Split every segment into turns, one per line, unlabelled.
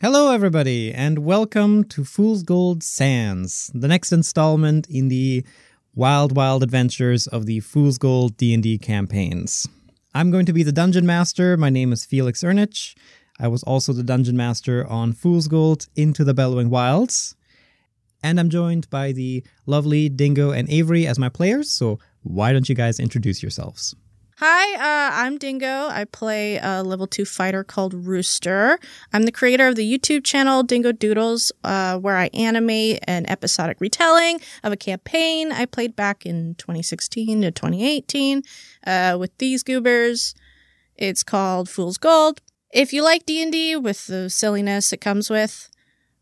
Hello, everybody, and welcome to Fool's Gold Sands, the next installment in the wild, wild adventures of the Fool's Gold D&D campaigns. I'm going to be the Dungeon Master. My name is Felix Ernich. I was also the Dungeon Master on Fool's Gold Into the Bellowing Wilds. And I'm joined by the lovely Dingo and Avery as my players, so why don't you guys introduce yourselves?
Hi, uh, I'm Dingo. I play a level two fighter called Rooster. I'm the creator of the YouTube channel Dingo Doodles, uh, where I animate an episodic retelling of a campaign I played back in 2016 to 2018 uh, with these goobers. It's called Fool's Gold. If you like D and D with the silliness it comes with,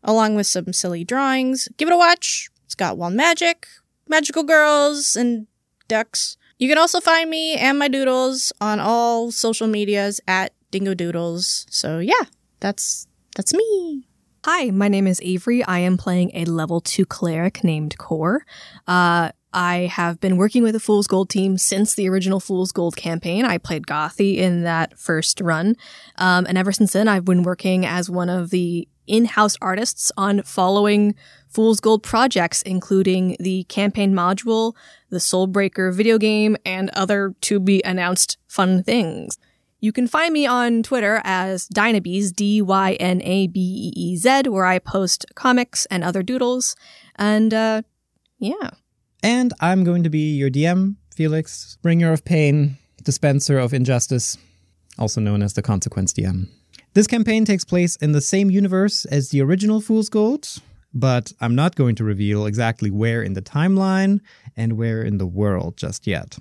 along with some silly drawings, give it a watch. It's got wild magic, magical girls, and ducks. You can also find me and my doodles on all social medias at Dingo Doodles. So yeah, that's that's me.
Hi, my name is Avery. I am playing a level 2 cleric named Core. Uh, I have been working with the Fool's Gold team since the original Fool's Gold campaign. I played Gothy in that first run. Um, and ever since then, I've been working as one of the in house artists on following Fool's Gold projects, including the campaign module, the Soulbreaker video game, and other to be announced fun things. You can find me on Twitter as Dynabees, D Y N A B E E Z, where I post comics and other doodles. And uh, yeah.
And I'm going to be your DM, Felix, bringer of pain, dispenser of injustice, also known as the Consequence DM. This campaign takes place in the same universe as the original Fool's Gold, but I'm not going to reveal exactly where in the timeline and where in the world just yet.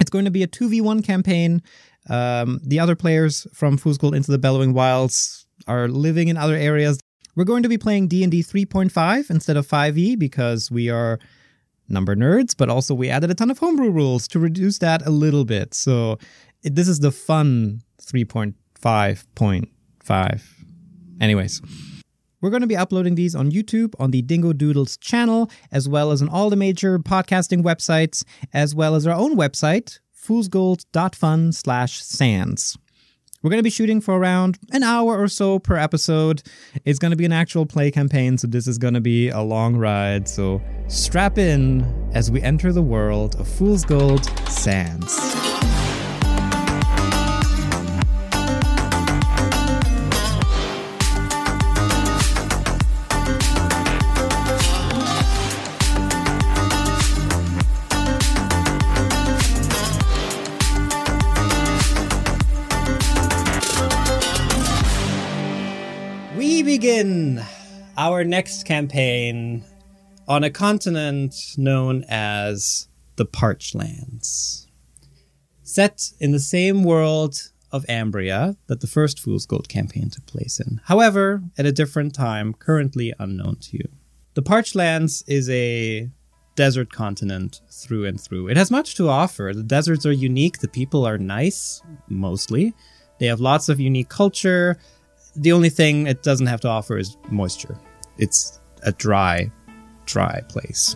It's going to be a 2v1 campaign. Um, the other players from Fool's Gold into the Bellowing Wilds are living in other areas. We're going to be playing D&D 3.5 instead of 5e because we are number nerds, but also we added a ton of homebrew rules to reduce that a little bit. So it, this is the fun 3.5.5. Anyways, we're going to be uploading these on YouTube, on the Dingo Doodles channel, as well as on all the major podcasting websites, as well as our own website, foolsgold.fun slash sands. We're going to be shooting for around an hour or so per episode. It's going to be an actual play campaign, so this is going to be a long ride. So strap in as we enter the world of Fool's Gold Sands.
We begin our next campaign on a continent known as the Parched Lands. Set in the same world of Ambria that the first Fool's Gold campaign took place in, however, at a different time, currently unknown to you. The Parched Lands is a desert continent through and through. It has much to offer. The deserts are unique, the people are nice, mostly. They have lots of unique culture, the only thing it doesn't have to offer is moisture. It's a dry, dry place.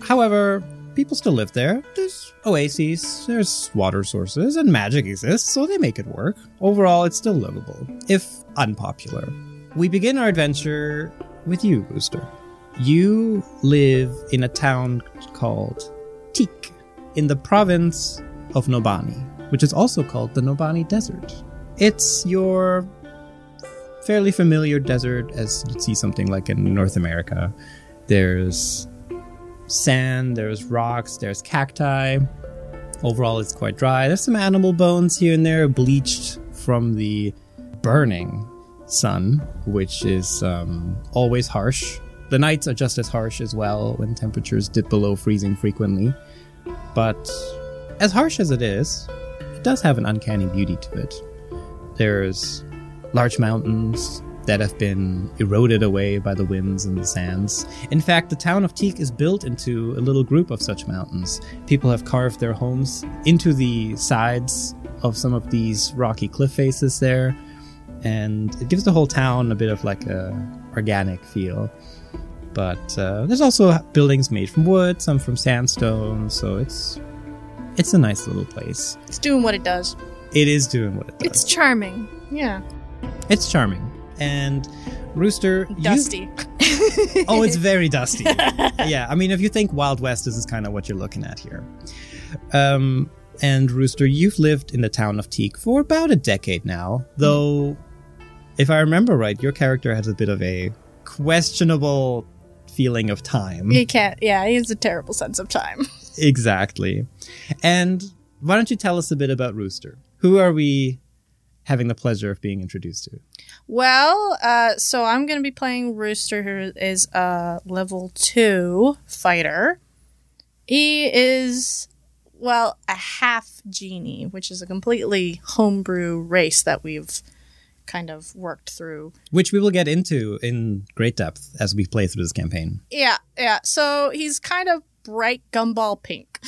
However, people still live there. There's oases, there's water sources, and magic exists, so they make it work. Overall, it's still livable, if unpopular. We begin our adventure with you, Rooster. You live in a town called Teak in the province of Nobani, which is also called the Nobani Desert. It's your fairly familiar desert as you'd see something like in North America. There's sand, there's rocks, there's cacti. Overall, it's quite dry. There's some animal bones here and there, bleached from the burning sun, which is um, always harsh. The nights are just as harsh as well when temperatures dip below freezing frequently. But as harsh as it is, it does have an uncanny beauty to it. There's large mountains that have been eroded away by the winds and the sands. In fact, the town of Teak is built into a little group of such mountains. People have carved their homes into the sides of some of these rocky cliff faces there, and it gives the whole town a bit of like a organic feel. But uh, there's also buildings made from wood, some from sandstone, so it's it's a nice little place.
It's doing what it does.
It is doing what it does.
charming.
Yeah.
It's charming. And
Rooster, you-
Dusty.
oh, it's very dusty. yeah, I mean, if you think Wild West, this is kind of what you're looking at here. Um, and Rooster, you've lived in the town of Teak for about a decade now, though, if I remember right, your character has a bit of a questionable feeling of time.
He can't. Yeah, he has a terrible sense of time.
exactly. And why don't you tell us a bit about Rooster? Who are we having the pleasure of being introduced to?
Well, uh, so I'm going to be playing Rooster, who is a level two fighter. He is, well, a half genie, which is a completely homebrew race that we've kind of worked through
Which we will get into in great depth as we play through this campaign.
Yeah, yeah. So he's kind of bright gumball pink.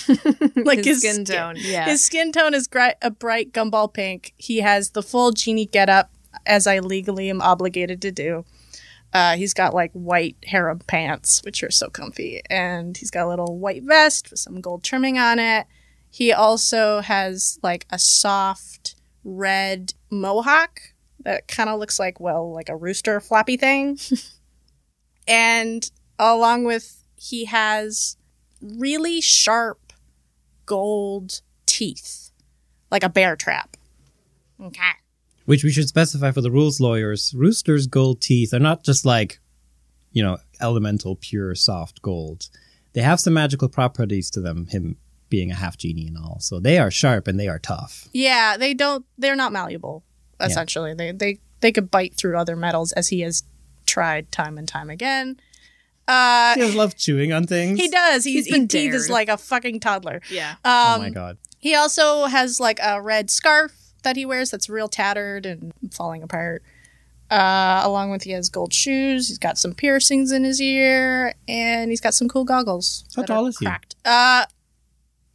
like
His skin tone, yeah.
His skin tone is gri- a bright gumball pink. He has the full genie getup, as I legally am obligated to do. Uh, he's got like white harem pants, which are so comfy, and he's got a little white vest with some gold trimming on it. He also has like a soft red mohawk that kind of looks like well, like a rooster floppy thing and along with he has really sharp gold teeth like a bear trap okay
Which we should specify for the rules lawyers. Rooster's gold teeth are not just like, you know, elemental, pure, soft gold. They have some magical properties to them, him being a half genie and all. So they are sharp and they are tough.
yeah they don't they're not malleable essentially they they they could bite through other metals as he has tried time and time again uh
He just loves chewing on things.
he does he's,
He's been
he teeth is
dared.
like a fucking toddler
Yeah.
oh
um
my god.
He also has like a red scarf that he wears that's real tattered and falling apart. Uh, along with he has gold shoes. He's got some piercings in his ear, and he's got some cool goggles.
How
that are
tall is he?
cracked. he? Uh,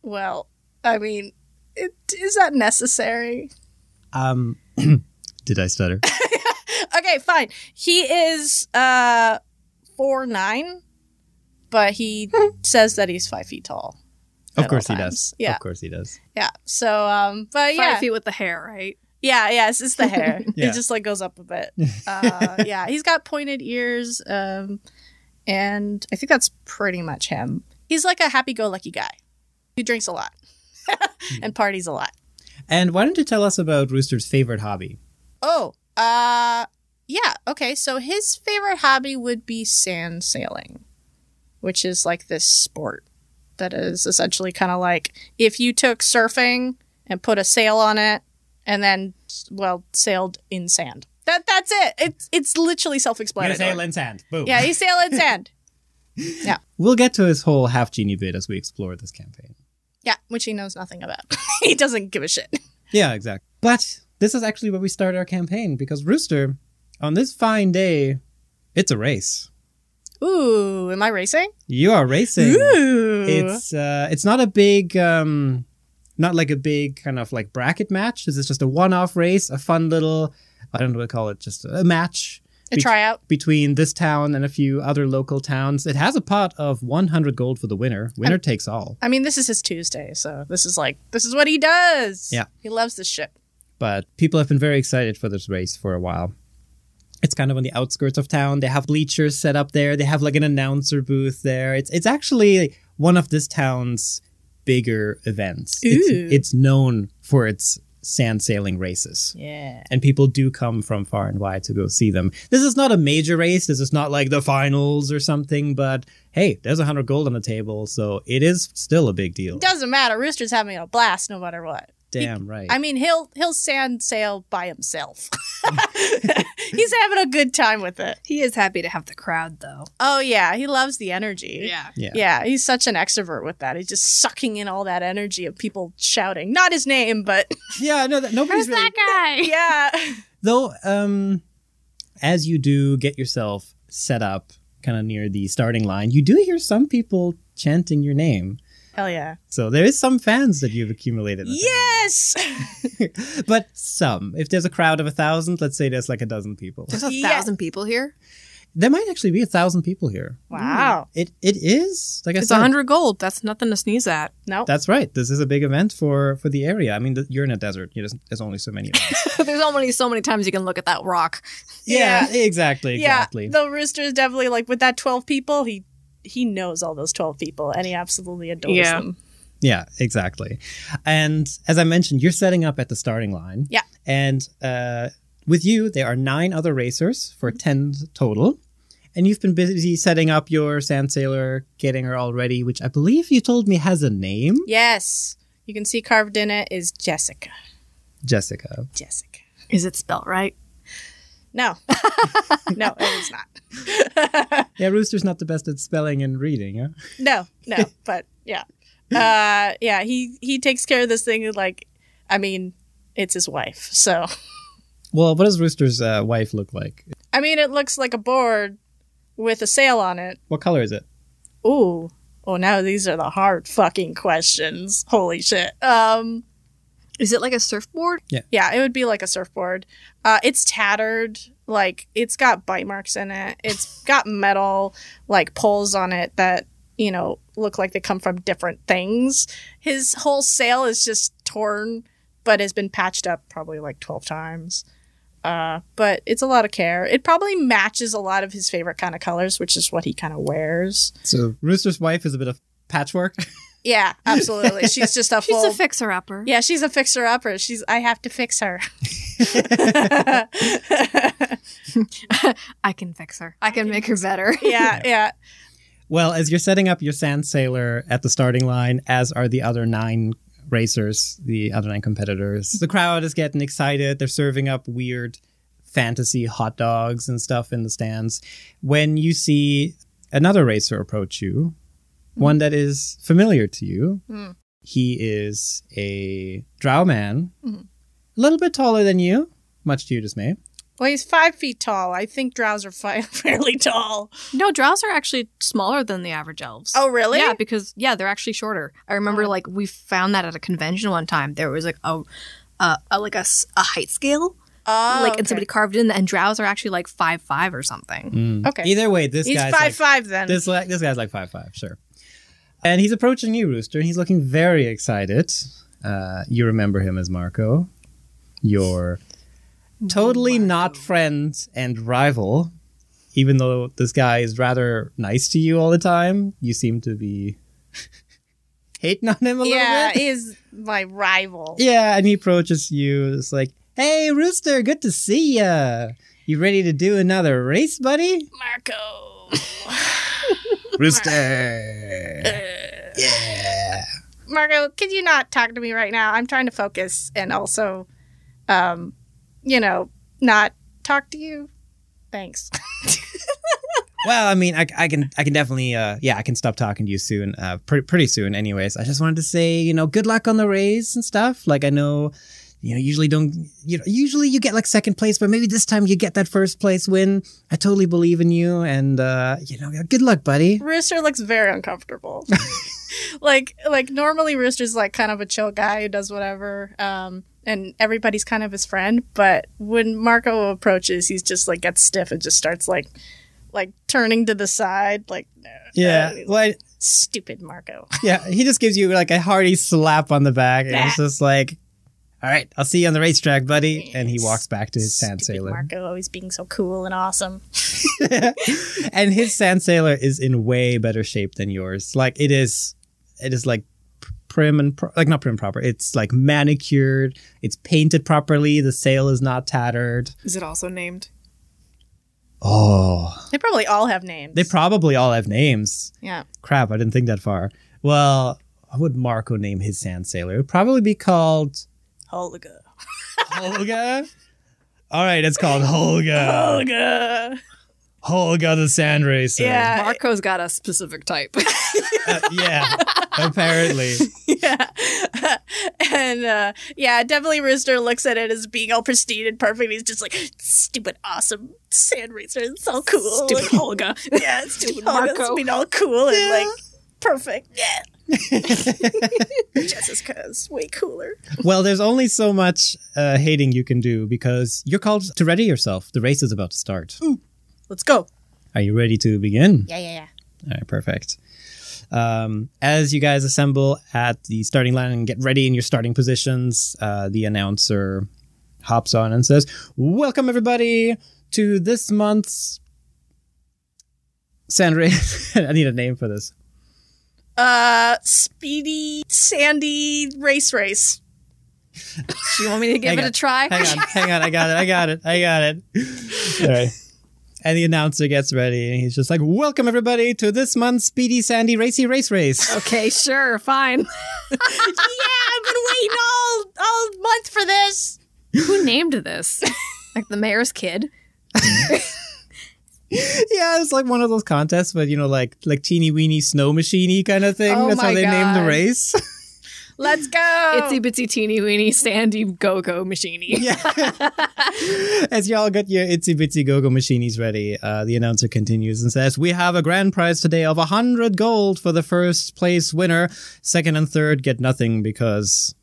well, I mean, it, is that necessary?
Um, did I stutter?
Okay, fine. He is uh four nine, but he says that he's five feet tall. at
Hmm. of
all
course he
times.
does.
Yeah,
Of course he does.
yeah. So, um, but
Five
yeah,
feet with the hair, right?
Yeah, yeah, it's just the hair.
Yeah.
It just like goes up a bit. Uh, yeah, he's got pointed ears, um, and I think that's pretty much him. He's like a happy-go-lucky guy. He drinks a lot and parties a lot.
And why don't you tell us about Rooster's favorite hobby?
Oh, uh, yeah, okay. So his favorite hobby would be sand sailing, which is like this sport that is essentially kind of like if you took surfing and put a sail on it and then well sailed in sand. That that's it. It's it's literally
Gonna sail
self-explanatory.
in sand. Boom.
Yeah, you sail in sand.
We'll get to his whole half genie bit as we explore this campaign.
Yeah, which he knows nothing about. he doesn't give a shit.
Yeah, exactly. But this is actually where we start our campaign because Rooster, on this fine day, it's a race.
Ooh, am I racing?
You are racing.
Ooh.
It's uh, it's not a big, um, not like a big kind of like bracket match. This is just a one-off race, a fun little, I don't know what to call it, just a match
a tryout.
between this town and a few other local towns. It has a pot of 100 gold for the winner. Winner takes all.
I mean, this is his Tuesday, so this is like this is what he does.
Yeah.
he loves this shit.
but people have been very excited for this race for a while. It's kind of on the outskirts of town. They have bleachers set up there. They have like an announcer booth there. It's it's actually one of this town's bigger events.
Ooh.
It's, it's known for its sand sailing races.
Yeah.
And people do come from far and wide to go see them. This is not a major race. This is not like the finals or something, but hey, there's 100 gold on the table, so it is still a big deal.
Doesn't matter. Rooster's having a blast no matter what.
Damn right.
I mean, he'll he'll sand sail by himself. He's having a good time with it.
He is happy to have the crowd, though.
Oh yeah, he loves the energy.
yeah.
Yeah, he's such an extrovert with that. He's just sucking in all that energy of people shouting. Not his name, but
Yeah, no, that, nobody's really
guy?
yeah.
Though, um, as you do get yourself set up kind of near the starting line, you do hear some people chanting your name.
Hell yeah.
So there is some fans that you've accumulated. I think.
Yes.
Mm. but some. If there's a crowd of a thousand, let's say there's like a dozen people.
There's a
Yeah.
thousand people here.
There might actually be a thousand people here.
Wow.
It it is like I
It's a
said.
hundred gold. That's nothing to sneeze at.
No.
That's right. This is a big event for for the area. I mean, th- you're in a desert. You just, there's only so many. of us.
There's only so many times you can look at that rock.
yeah, exactly, exactly.
Yeah. The rooster is definitely like with that twelve people. He he knows all those twelve people, and he absolutely adores
Yeah.
them.
Yeah, exactly. And as I mentioned, you're setting up at the starting line.
Yeah.
And uh, with you, there are nine other racers for 10 total. And you've been busy setting up your Sand Sailor, getting her all ready, which I believe you told me has a name
Yes. You can see carved in it is Jessica.
Jessica.
Jessica.
Is it spelled right?
No. no, it is not.
Yeah, Rooster's not the best at spelling and reading, huh?
No, no, but yeah, uh, yeah. He he takes care of this thing. and, Like, I mean, it's his wife. So
Well, what does Rooster's uh, wife look like?
I mean, it looks like a board with a sail on it.
What color is it?
Ooh. Oh, now these are the hard fucking questions. Holy shit. Um,
Is it like a surfboard?
yeah, it would be like a surfboard. Uh, it's tattered. Like, it's got bite marks in it. It's got metal, like, poles on it that, you know, look like they come from different things. His whole sail is just torn, but has been patched up probably like 12 times. Uh, but it's a lot of care. It probably matches a lot of his favorite kind of colors, which is what he kind of wears.
So Rooster's wife is a bit of patchwork.
Yeah, absolutely. She's just a
She's
full
a fixer upper.
yeah, she's a fixer upper. She's I have to fix her.
I can fix her. I can make her better.
yeah, yeah.
Well, as you're setting up your sand sailor at the starting line, as are the other nine racers, the other nine competitors, the crowd is getting excited. They're serving up weird fantasy hot dogs and stuff in the stands. When you see another racer approach you,
Hmm.
one that is familiar to you,
Mm.
he is a drow man,
Mhm.
a little bit taller than you, much to your dismay.
Well, he's five feet tall. I think drows are fi- fairly tall.
No, drows are actually smaller than the average elves.
Oh, really?
Yeah, because yeah, they're actually shorter. I remember like we found that at a convention one time. There was like a, uh, a like a, s- a height scale,
Oh,
like
okay.
and somebody carved in, and drows are actually like five five or something.
Okay.
Either way, this
he's
guy's
five
like,
five then.
This like this guy's like five five, sure. And he's approaching you, Rooster, and he's looking very excited. Uh, you remember him as Marco, your totally not friend and rival. Even though this guy is rather nice to you all the time, you seem to be hating on him a little
yeah,
bit.
he's my rival.
Yeah, and he approaches you. It's like, "Hey, Rooster, good to see ya. You ready to do another race, buddy?"
Marco.
Rooster. Yeah.
Marco, could you not talk to me right now? I'm trying to focus and also, um, you know, not talk to you. Thanks.
Well, I mean, I, I can, I can definitely, uh, yeah, I can stop talking to you soon, uh, pretty, pretty soon, anyways. I just wanted to say, you know, good luck on the race and stuff. Like, I know, you know, usually don't, you know, usually you get like second place, but maybe this time you get that first place win. I totally believe in you, and uh, you know, yeah, good luck, buddy.
Rooster looks very uncomfortable. like like normally Rooster's like kind of a chill guy who does whatever, um, and everybody's kind of his friend. But when Marco approaches, he's just like gets stiff and just starts like like turning to the side, like
Yeah,
uh,
well, I-
stupid Marco.
yeah, he just gives you like a hearty slap on the back, and it's just like, all right, I'll see you on the racetrack, buddy. And he walks back to his sand
Stupid
sailor.
Marco always being so cool and awesome.
and his sand sailor is in way better shape than yours. Like it is, it is like pr- prim and pro- like not prim and proper. It's like manicured. It's painted properly. The sail is not tattered.
Is it also named?
Oh,
They probably all have names.
they probably all have names.
yeah.
Crap, I didn't think that far. Well, what would Marco name his sand sailor? It would probably be called
Holga.
Holga. All right, it's called Holga.
Holga.
Holga the sand racer.
Yeah. I-
Uh, Marco's got a specific type.
Uh, yeah. Apparently.
yeah. and uh, yeah, definitely Rooster looks at it as being all pristine and perfect. He's just like, stupid, awesome sand racer. It's all cool.
Stupid
And-
Olga.
Yeah, stupid Marco.
Marco.
being all cool and like Perfect. Yeah. Jessica's way cooler.
Well, there's only so much uh, hating you can do because you're called to ready yourself. The race is about to start.
Let's go.
Are you ready to begin?
Yeah, yeah, yeah.
All right, perfect. Um, as you guys assemble at the starting line and get ready in your starting positions, uh, the announcer hops on and says, Welcome, everybody, to this month's. Sandrace. I need a name for this.
Uh, speedy, sandy race, race.
Do you want me to give
Hang
it a
on.
try?
Hang on, hang on. I got it. I got it. I got it. All right. And the announcer gets ready and he's just like, Welcome, everybody, to this month's Speedy Sandy Racy Race Race.
Okay, sure, fine.
yeah, I've been waiting all all month for this.
Who named this? Like the mayor's kid?
yeah, it's like one of those contests, but you know, like like teeny weeny snow machiney kind of thing.
Oh
That's how
my
they named
God.
the race.
Let's go.
Itsy bitsy teeny weeny sandy go go machine.
yeah. As y'all get your itsy bitsy go go machinies ready, uh, the announcer continues and says, "We have a grand prize today of hundred gold for the first place winner. Second and third get nothing because."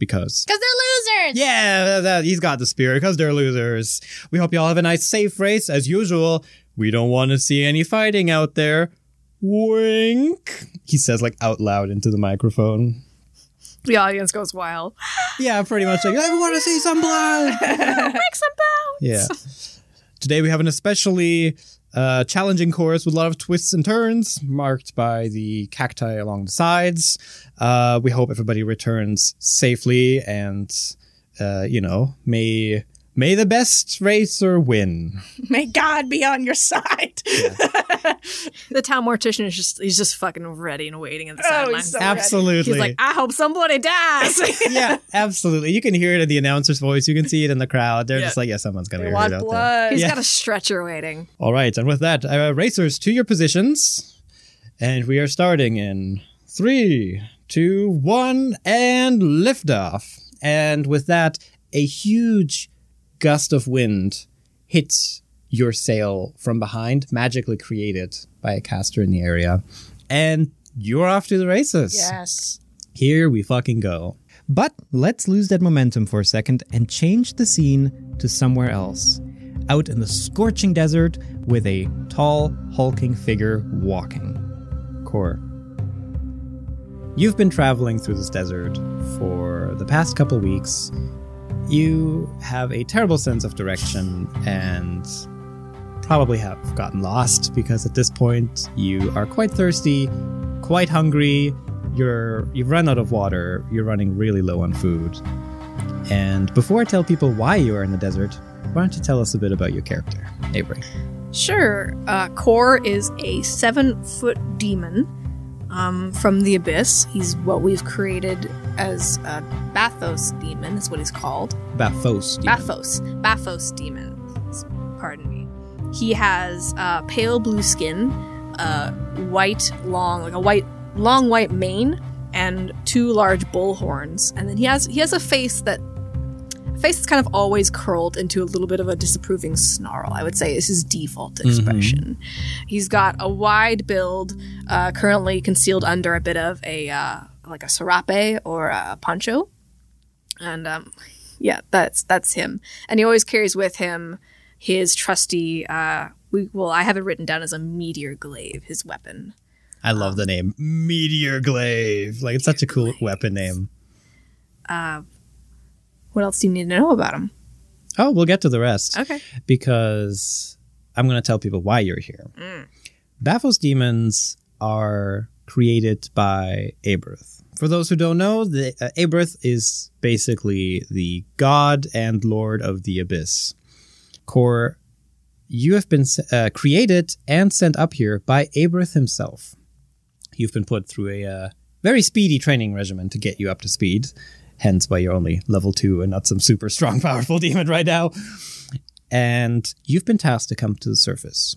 Because
because they're losers.
Yeah, that- that- he's got the spirit because they're losers. We hope y'all have a nice, safe race as usual. We don't want to see any fighting out there. Wink. He says like out loud into the microphone.
The audience goes wild.
Yeah, pretty much like I want to see some blood.
Break some bones.
yeah. Today we have an especially uh, challenging course with a lot of twists and turns, marked by the cacti along the sides. Uh, we hope everybody returns safely, and uh, you know, may may the best racer win.
May God be on your side.
The town mortician is just he's just fucking ready and waiting at the
Oh,
sideline.
he's so-
Absolutely.
He's like, "Ah." I hope somebody dies.
yeah, absolutely. You can hear it in the announcer's voice. You can see it in the crowd. They're
Yeah.
just like, yeah, someone's gonna
They
be hurt
want
out there.
blood.
He's
Yeah.
got a stretcher waiting.
All right, and with that, uh, racers to your positions, and we are starting in three, two, one, and liftoff. And with that, a huge gust of wind hits your sail from behind, magically created by a caster in the area, and you're off to the races.
Yes.
Here we fucking go.
But let's lose that momentum for a second and change the scene to somewhere else. Out in the scorching desert with a tall, hulking figure walking.
Core. You've been traveling through this desert for the past couple weeks. You have a terrible sense of direction and probably have gotten lost because at this point you are quite thirsty, quite hungry, you're you've run out of water, you're running really low on food. And before I tell people why you are in the desert, why don't you tell us a bit about your character, Avery?
Sure. Uh, Kor is a seven foot demon um, from the abyss. He's what we've created as a Bathos demon, is what he's called.
Bathos.
Ah.
demon.
Bathos. Bathos demon. Pardon me. He has uh, pale blue skin, uh, white, long, like a white, long white mane, and two large bull horns. And then he has he has a face that face that's kind of always curled into a little bit of a disapproving snarl. I would say is his default expression. He's got a wide build, uh, currently concealed under a bit of a uh, like a serape or a poncho, and um, yeah, that's that's him. And he always carries with him his trusty. Uh, we, well, I have it written down as a meteor glaive, his weapon.
I love the name Meteor Glaive. Like it's such a cool weapon name.
What else do you need to know about him?
Oh, we'll get to the rest
Okay.
because I'm going to tell people why you're here. Baphos demons are created by Abrith. For those who don't know, the, uh, Abrith is basically the god and lord of the abyss. Kor, you have been s- uh, created and sent up here by Abrith himself. You've been put through a uh, very speedy training regimen to get you up to speed, hence why you're only level two and not some super strong, powerful demon right now and you've been tasked to come to the surface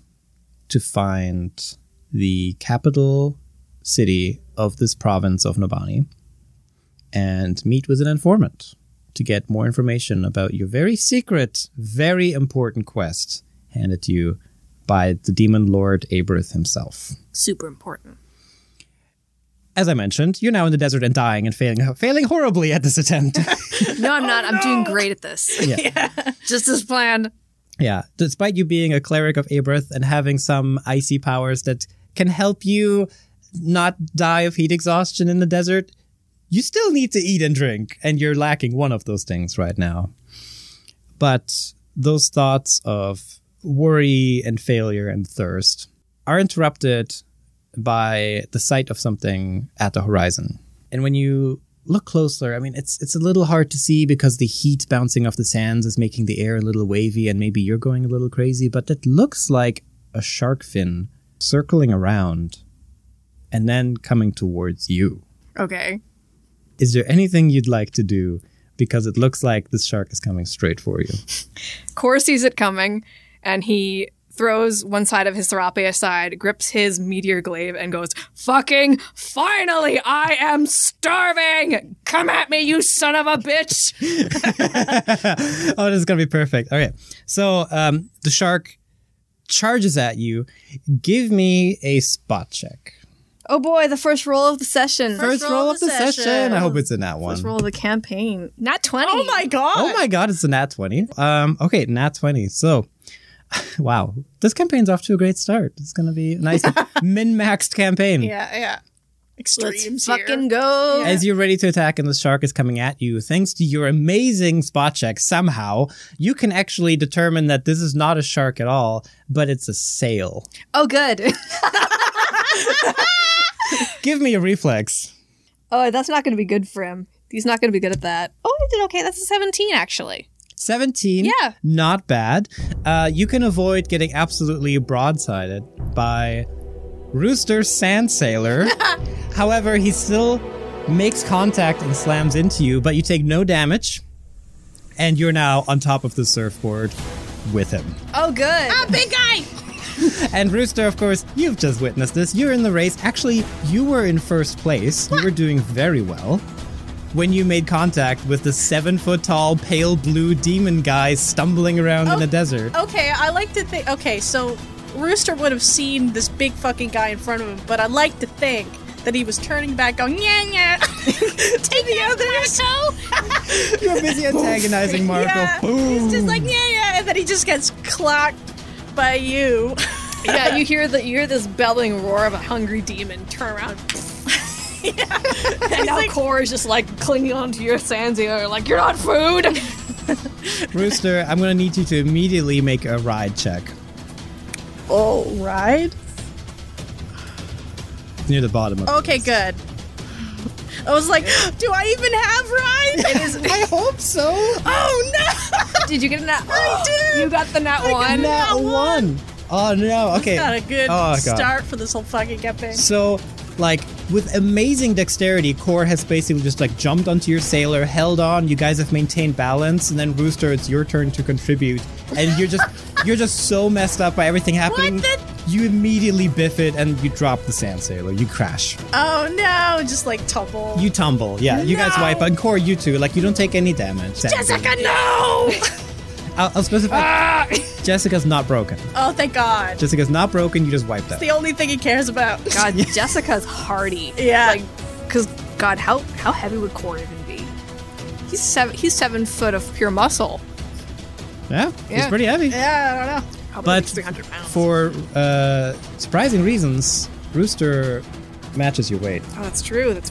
to find the capital city of this province of Nobani and meet with an informant to get more information about your very secret, very important quest handed to you by the demon lord Abrith himself.
Super important.
as I mentioned, you're now in the desert and dying and failing, failing horribly at this attempt.
No, I'm not. I'm doing great at this.
Oh, Yeah.
Just as planned.
Yeah, despite you being a cleric of Abreth and having some icy powers that can help you not die of heat exhaustion in the desert, you still need to eat and drink, and you're lacking one of those things right now. But those thoughts of worry and failure and thirst are interrupted by the sight of something at the horizon. And when you look closer, I mean, it's it's a little hard to see because the heat bouncing off the sands is making the air a little wavy, and maybe you're going a little crazy. But it looks like a shark fin circling around, and then coming towards you.
Okay.
Is there anything you'd like to do? Because it looks like this shark is coming straight for you.
Kor sees it coming, and he throws one side of his serape aside, grips his meteor glaive, and goes, Fucking finally, I am starving! Come at me, you son of a bitch!
oh, this is gonna be perfect. Okay, so um, the shark charges at you. Give me a spot check.
Oh boy, the first roll of the session.
First, roll, of the session. I hope it's in that one.
First roll of the campaign. Not 20.
Oh my god.
Oh my god, it's a nat 20. Um, okay, nat 20. So, wow, this campaign's off to a great start. It's going to be a nice min maxed campaign.
Yeah, yeah.
Let's
Extremes here.
fucking go.
As you're ready to attack and the shark is coming at you, thanks to your amazing spot check, somehow you can actually determine that this is not a shark at all, but it's a sail.
Oh, good.
Give me a reflex.
oh, that's not going to be good for him. He's not going to be good at that. Oh, I did okay. That's a 17, actually.
17.
Yeah.
Not bad. Uh, you can avoid getting absolutely broadsided by Rooster Sand Sailor. However, he still makes contact and slams into you, but you take no damage, and you're now on top of the surfboard with him.
Oh, good.
Big guy.
And Rooster, of course, you've just witnessed this. You're in the race. Actually, you were in first place. You were doing very well when you made contact with the seven foot tall, pale blue demon guy stumbling around
Oh,
in the desert.
Okay, I like to think. Okay, so Rooster would have seen this big fucking guy in front of him, but I like to think that he was turning back, going yeah yeah to the others.
You're busy antagonizing Marco.
yeah,
Boom.
he's just like yeah yeah, and then he just gets clocked by you.
yeah, you hear the you hear this bellowing roar of a hungry demon. Turn around. and now Core is just like clinging onto your sands ear, like you're not food.
Rooster, I'm gonna need you to immediately make a ride check.
All right.
It's near the bottom of the
Okay,
list.
good. I was like, do I even have ride?
It is.
I hope so.
oh no!
Did you get a nat?
I did.
You got the nat one.
Now one. Oh no. Okay.
Not a good
Oh, God.
start for this whole fucking campaign.
So, like, with amazing dexterity, Core has basically just like jumped onto your sailor, held on. You guys have maintained balance, and then Rooster, it's your turn to contribute, and you're just you're just so messed up by everything happening.
the-
You immediately biff it, and you drop the sand sailor. You crash.
Oh no! Just like tumble.
You tumble. Yeah. You guys
No!
wipe. And Core, you too. Like, you don't take any damage.
Jessica, Ah! no!
I'll, I'll specify. Jessica's not broken.
oh, thank God.
Jessica's not broken. You just wiped that.
the only thing he cares about.
God, Jessica's hardy.
Yeah.
Like, cause God, how how heavy would Core even be? He's seven. He's seven foot of pure muscle.
Yeah. It's
Yeah.
pretty heavy.
Yeah, I don't know.
Probably
But
like 300 pounds.
For uh, surprising reasons, Rooster matches your weight.
oh, that's true. That's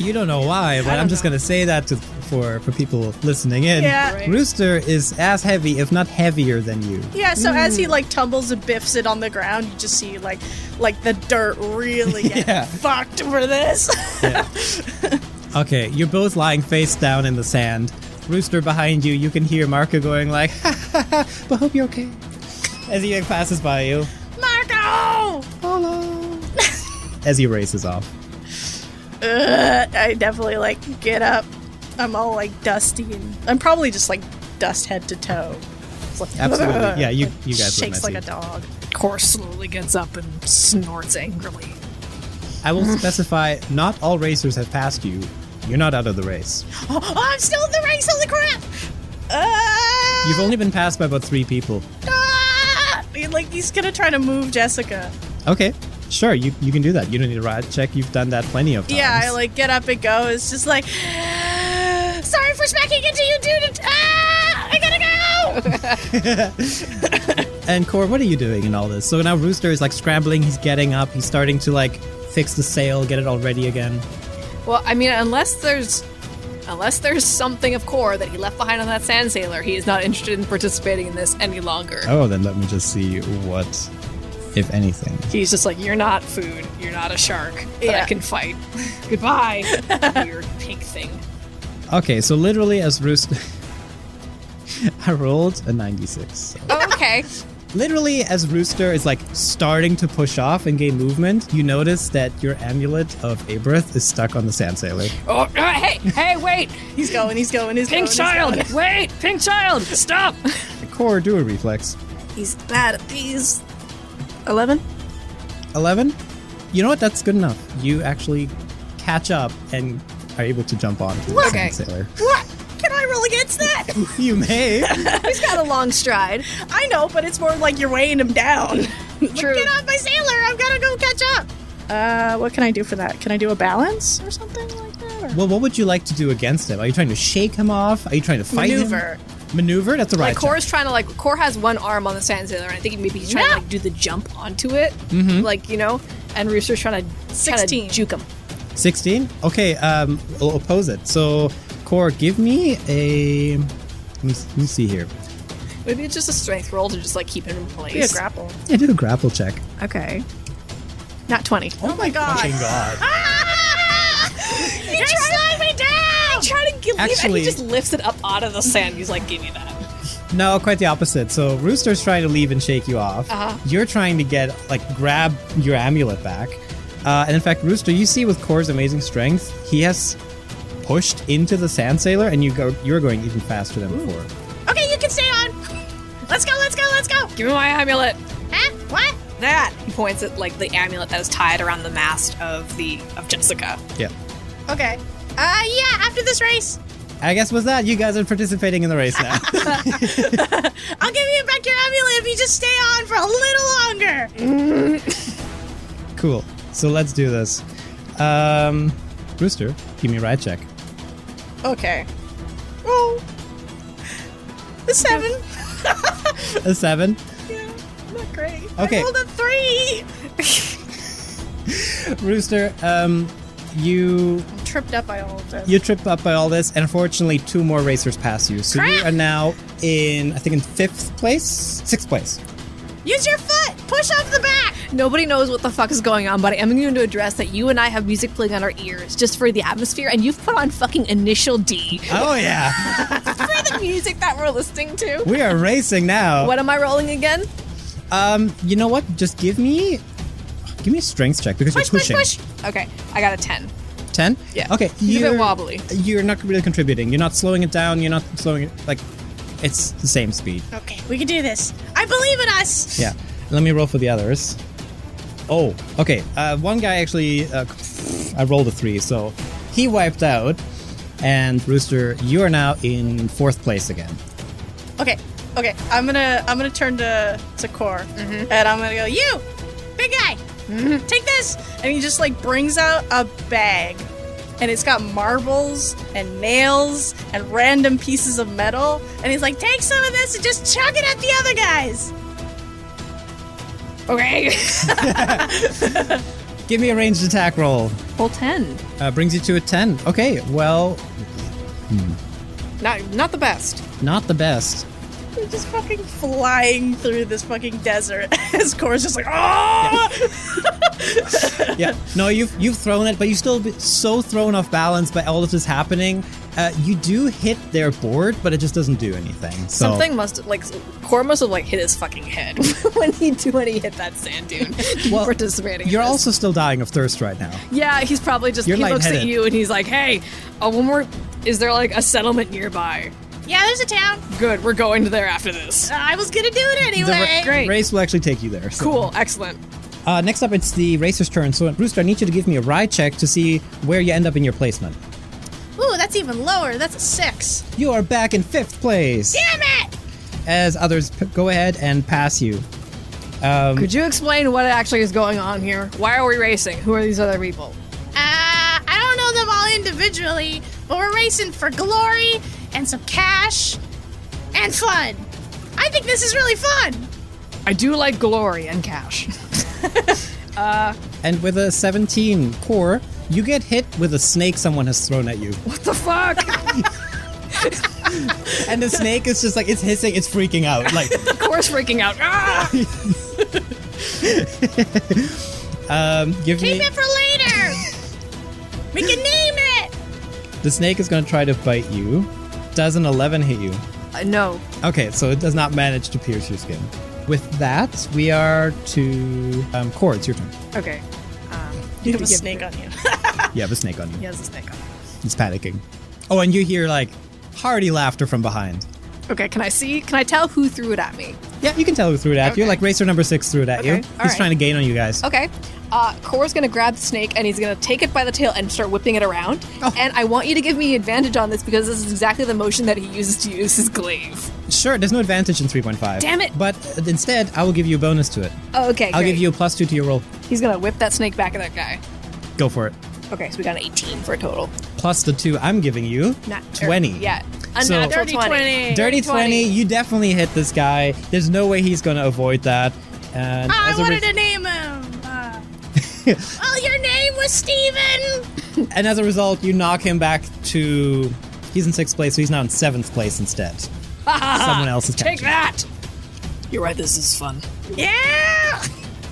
You don't know why, but I'm just going to say that to, for, for people listening in.
Yeah.
Right.
Rooster is as heavy, if not heavier, than you.
Yeah, so as
Hmm.
he like tumbles and biffs it on the ground, you just see like like the dirt really getting
Yeah.
fucked for this.
Okay, you're both lying face down in the sand. Rooster behind you, you can hear Marco going like, ha ha ha, but hope you're okay. As he like, passes by you.
Marco!
Hello. As he races off.
Ugh, I definitely like get up. I'm all like dusty and I'm probably just like dust head to toe. It's like,
Absolutely. Yeah, you, you guys would
shakes
messy.
like a dog.
Core slowly gets up and snorts angrily.
I will specify not all racers have passed you. You're not out of the race.
Oh, I'm still in the race, holy crap! Ah!
You've only been passed by about three people.
Ah! He, Like he's gonna try to move Jessica.
Okay. Sure, you, you can do that. You don't need a riot check. You've done that plenty of times.
Yeah, I like get up and go. It's just like, sorry for smacking into you, dude. Ah, I gotta go.
And Cor, what are you doing in all this? So now Rooster is like scrambling. He's getting up. He's starting to like fix the sail, get it all ready again.
Well, I mean, unless there's unless there's something of core that he left behind on that sand sailor, he is not interested in participating in this any longer.
Oh, then let me just see what, if anything.
He's just like, you're not food. You're not a shark that I
Yeah.
can fight. Goodbye, weird pink thing.
Okay, so literally as Rooster. I rolled a 96. so-
Oh, okay.
Literally, as Rooster is like starting to push off and gain movement, you notice that your amulet of Abrith is stuck on the sand sailor.
Oh, uh, hey, hey, wait,
He's going. He's going. He's
pink
going, he's
child, wait, pink child, stop.
Cor, do a reflex.
He's bad at these. 11?
11? You know what? That's good enough. You actually catch up and are able to jump on to the
Okay.
sand sailor.
What? Can I roll against that?
You may.
He's got a long stride.
going. I know, but it's more like you're weighing him down.
True.
Get off my sailor. I've gotta go catch up. Uh, what can I do for that? Can I do a balance or something like that? Or
well, what would you like to do against him? Are you trying to shake him off? Are you trying to fight
maneuver.
him? Maneuver? That's a right.
Like Core's trying to like Core has one arm on the sand sailor, and I think maybe he's trying
Yeah.
to like do the jump onto it, like you know. And Rooster's trying to
16.
trying to juke him.
16? Okay, um, we'll oppose it. So, Cor, give me a. Let me, let me see here.
Maybe it's just a strength roll to just like keep him in place.
Be a grapple.
Yeah, do a grapple check.
Okay. Not 20.
Oh, my
God.
fucking god.
He tried me down. Trying to get, and
Actually-
he just lifts it up out of the sand. He's like, "Give me that."
No, quite the opposite. So, Rooster's trying to leave and shake you off.
Uh-huh.
You're trying to get, like, grab your amulet back. Uh, and in fact, Rooster, you see with Cor's amazing strength, he has pushed into the sand sailor, and you go, you're going even faster than before.
Okay, you can stay on. Let's go. Let's go. Let's go.
Give me my amulet.
Huh? What?
That he points at like the amulet that was tied around the mast of the of Jessica.
Yeah.
Okay. Uh, yeah. After this race,
I guess with that, you guys are participating in the race now.
I'll give you back your amulet if you just stay on for a little longer.
Cool. So let's do this. Um, Rooster, give me a ride check.
Okay. Oh. The seven.
A seven.
yeah, not great.
Okay.
I rolled a three.
Rooster, um, you
I'm tripped up by all of this.
you trip up by all this, and unfortunately, two more racers pass you. So you
Crap!
are now in, I think, in fifth place, sixth place.
Use your foot. Push off the back.
Nobody knows what the fuck is going on, but I am going to address that you and I have music playing on our ears just for the atmosphere, and you've put on fucking initial D
Oh yeah,
for the music that we're listening to.
we are racing now.
What am I rolling again?
Um, you know what? Just give me, give me a strength check because you're pushing.
Okay, I got a ten.
Ten.
Yeah.
Okay.
It's a bit wobbly.
You're not really contributing. You're not slowing it down. You're not slowing it like, it's the same speed.
Okay, we can do this. I believe in us.
Yeah. Let me roll for the others. Oh, okay. Uh, one guy actually, uh, I rolled a three, so he wiped out. And Rooster, you are now in fourth place again.
Okay. Okay. I'm gonna I'm gonna turn to to Core and I'm gonna go you, big guy, take this. And he just like brings out a bag, and it's got marbles and nails and random pieces of metal. And he's like, take some of this and just chuck it at the other guys.
Okay.
Give me a ranged attack roll.
Roll 10.
Uh, brings you to a 10. Okay, well,
not not the best.
not the best.
They're just fucking flying through this fucking desert. His core's just like, oh!
Yeah. No, you've, you've thrown it, but you've still been so thrown off balance by all of this happening. Uh, you do hit their board, but it just doesn't do anything. So.
Something must like Core must have like hit his fucking head when he when he hit that sand dune.
Well,
participating. in
You're
this.
also still dying of thirst right now.
Yeah, he's probably just
You're
he looks at
lightheaded.
you and he's like, "Hey, uh, when we're is there like a settlement nearby?
yeah, there's a town. Uh,
Good, we're going to there after this.
I was gonna do it
The ra-
anyway.
Great.
race will actually take you there. so-
Cool, excellent.
Uh, next up, it's the racer's turn. So, Rooster, I need you to give me a ride check to see where you end up in your placement.
Ooh, that's even lower. That's a six.
You are back in fifth place
Damn it!
as others p- go ahead and pass you. Um,
Could you explain what actually is going on here? Why are we racing? Who are these other people?
Uh, I don't know them all individually, but we're racing for glory and some cash and fun. I think this is really fun.
I do like glory and cash.
and with a 17 core, you get hit with a snake someone has thrown at you.
What the fuck? of
And the snake is just like, it's hissing, it's freaking out. Like,
course, freaking out. Ah!
um, give me.
Keep it for later. we can name it.
The snake is going to try to bite you. Does an 11 hit you?
Uh, no.
Okay, so it does not manage to pierce your skin. With that, we are to. Um, core, it's your turn.
Okay. Um,
You
have a snake
on you.
You have a snake on you.
he has a snake on.
It's panicking. Oh, and you hear, like, hearty laughter from behind.
Okay. Can I see? Can I tell who threw it at me?
Yeah, you can tell who threw it at you.
Okay.
Like, racer number six threw it at
Okay,
you.
all
He's
right.
trying to gain on you guys.
Okay. Uh, Cora's gonna grab the snake and he's gonna take it by the tail and start whipping it around.
Oh.
And I want you to give me advantage on this because this is exactly the motion that he uses to use his glaive.
Sure, there's no advantage in 3.5.
Damn it.
But uh, instead, I will give you a bonus to it.
Okay.
I'll
great.
give you a plus two to your roll.
He's gonna whip that snake back at that guy.
Go for it.
Okay, so we got an 18 for a total.
Plus the two I'm giving you.
Not
20.
er, yeah. A
So-
natural
Dirty 20.
Dirty 20, you definitely hit this guy. There's no way he's going to avoid that. And
I
as a
wanted
re-
to name him. Uh, well, your name was Steven.
and as a result, you knock him back to. He's in sixth place, so he's now in seventh place instead. Someone else is
Take
catching.
that! You're right, this is fun.
Yeah.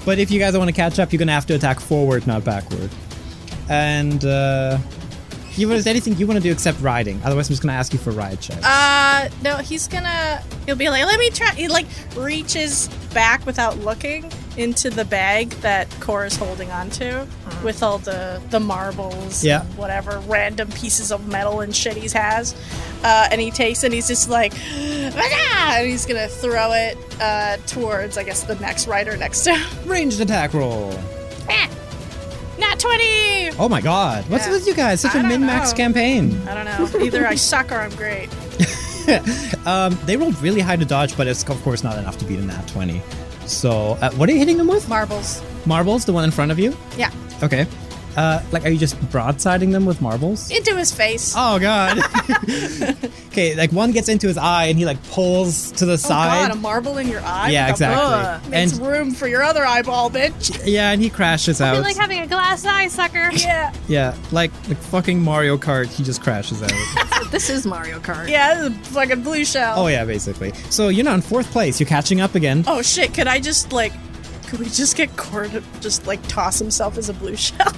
But if you guys want to catch up, you're gonna have to attack forward, not backward. And uh, you is there anything you want to do except riding? Otherwise, I'm just gonna ask you for ride checks.
Uh, no, he's gonna. He'll be like, let me try. He like reaches back without looking into the bag that Cora's holding onto with all the the marbles,
Yeah.
and whatever random pieces of metal and shit he has. Uh, and he takes and he's just like, "Ah!" and he's gonna throw it uh, towards, I guess, the next rider next to him.
Ranged attack roll.
Ah! Not twenty.
Oh my god, what's
Yeah.
with you guys? Such
I
a
don't
min max
know.
campaign.
I don't know. Either I suck or I'm great.
Um, they rolled really high to dodge, but it's of course not enough to beat a nat 20. So, uh, what are you hitting them with?
Marbles.
Marbles, the one in front of you?
Yeah.
Okay. Uh, like, are you just broadsiding them with marbles?
Into his face.
Oh god. okay, like one gets into his eye and he like pulls
Oh,
to the side.
God, a marble in your eye?
Yeah,
Like,
exactly.
ugh, makes
And-
room for your other eyeball, bitch.
Yeah, and he crashes out.
like having a glass eye, sucker.
Yeah.
yeah, like like fucking Mario Kart, he just crashes out.
This is Mario Kart.
Yeah, this is a fucking blue shell.
oh yeah, basically. So you're not in fourth place. You're catching up again.
Oh, shit, could I just, like, could we just get Cord to just, like, toss himself as a blue shell?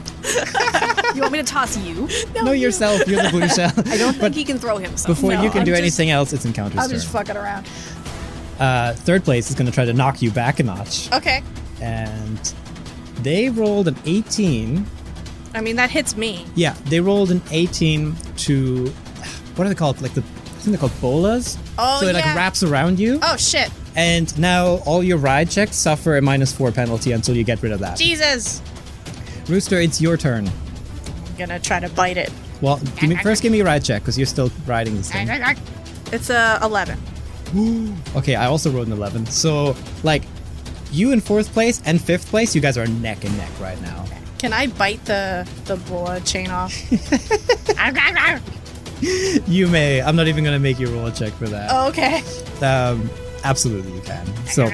You want me to toss you?
no, yourself. You're the blue shell.
I don't think
but
he can throw himself.
before
No,
you can
I'm
do
just-
anything else, it's encounter
I'm
turn.
just fucking around.
uh, third place is going to try to knock you back a notch,
Okay.
and they rolled an 18.
I mean, that hits me.
Yeah, they rolled an 18 to what are they called? Like the I think they're called bolas.
Oh,
so it like
yeah.
wraps around you,
Oh, shit.
and now all your ride checks suffer a minus four penalty until you get rid of that.
Jesus.
Rooster, it's your turn.
I'm gonna try to bite it.
Well, give me, first give me a ride check because you're still riding this thing.
It's a 11.
Okay, I also rolled an 11. So, like, you in fourth place and fifth place, you guys are neck and neck right now.
Can I bite the the boa chain off?
You may. I'm not even going to make you roll a check for that.
oh, okay.
Um, absolutely, you can. So,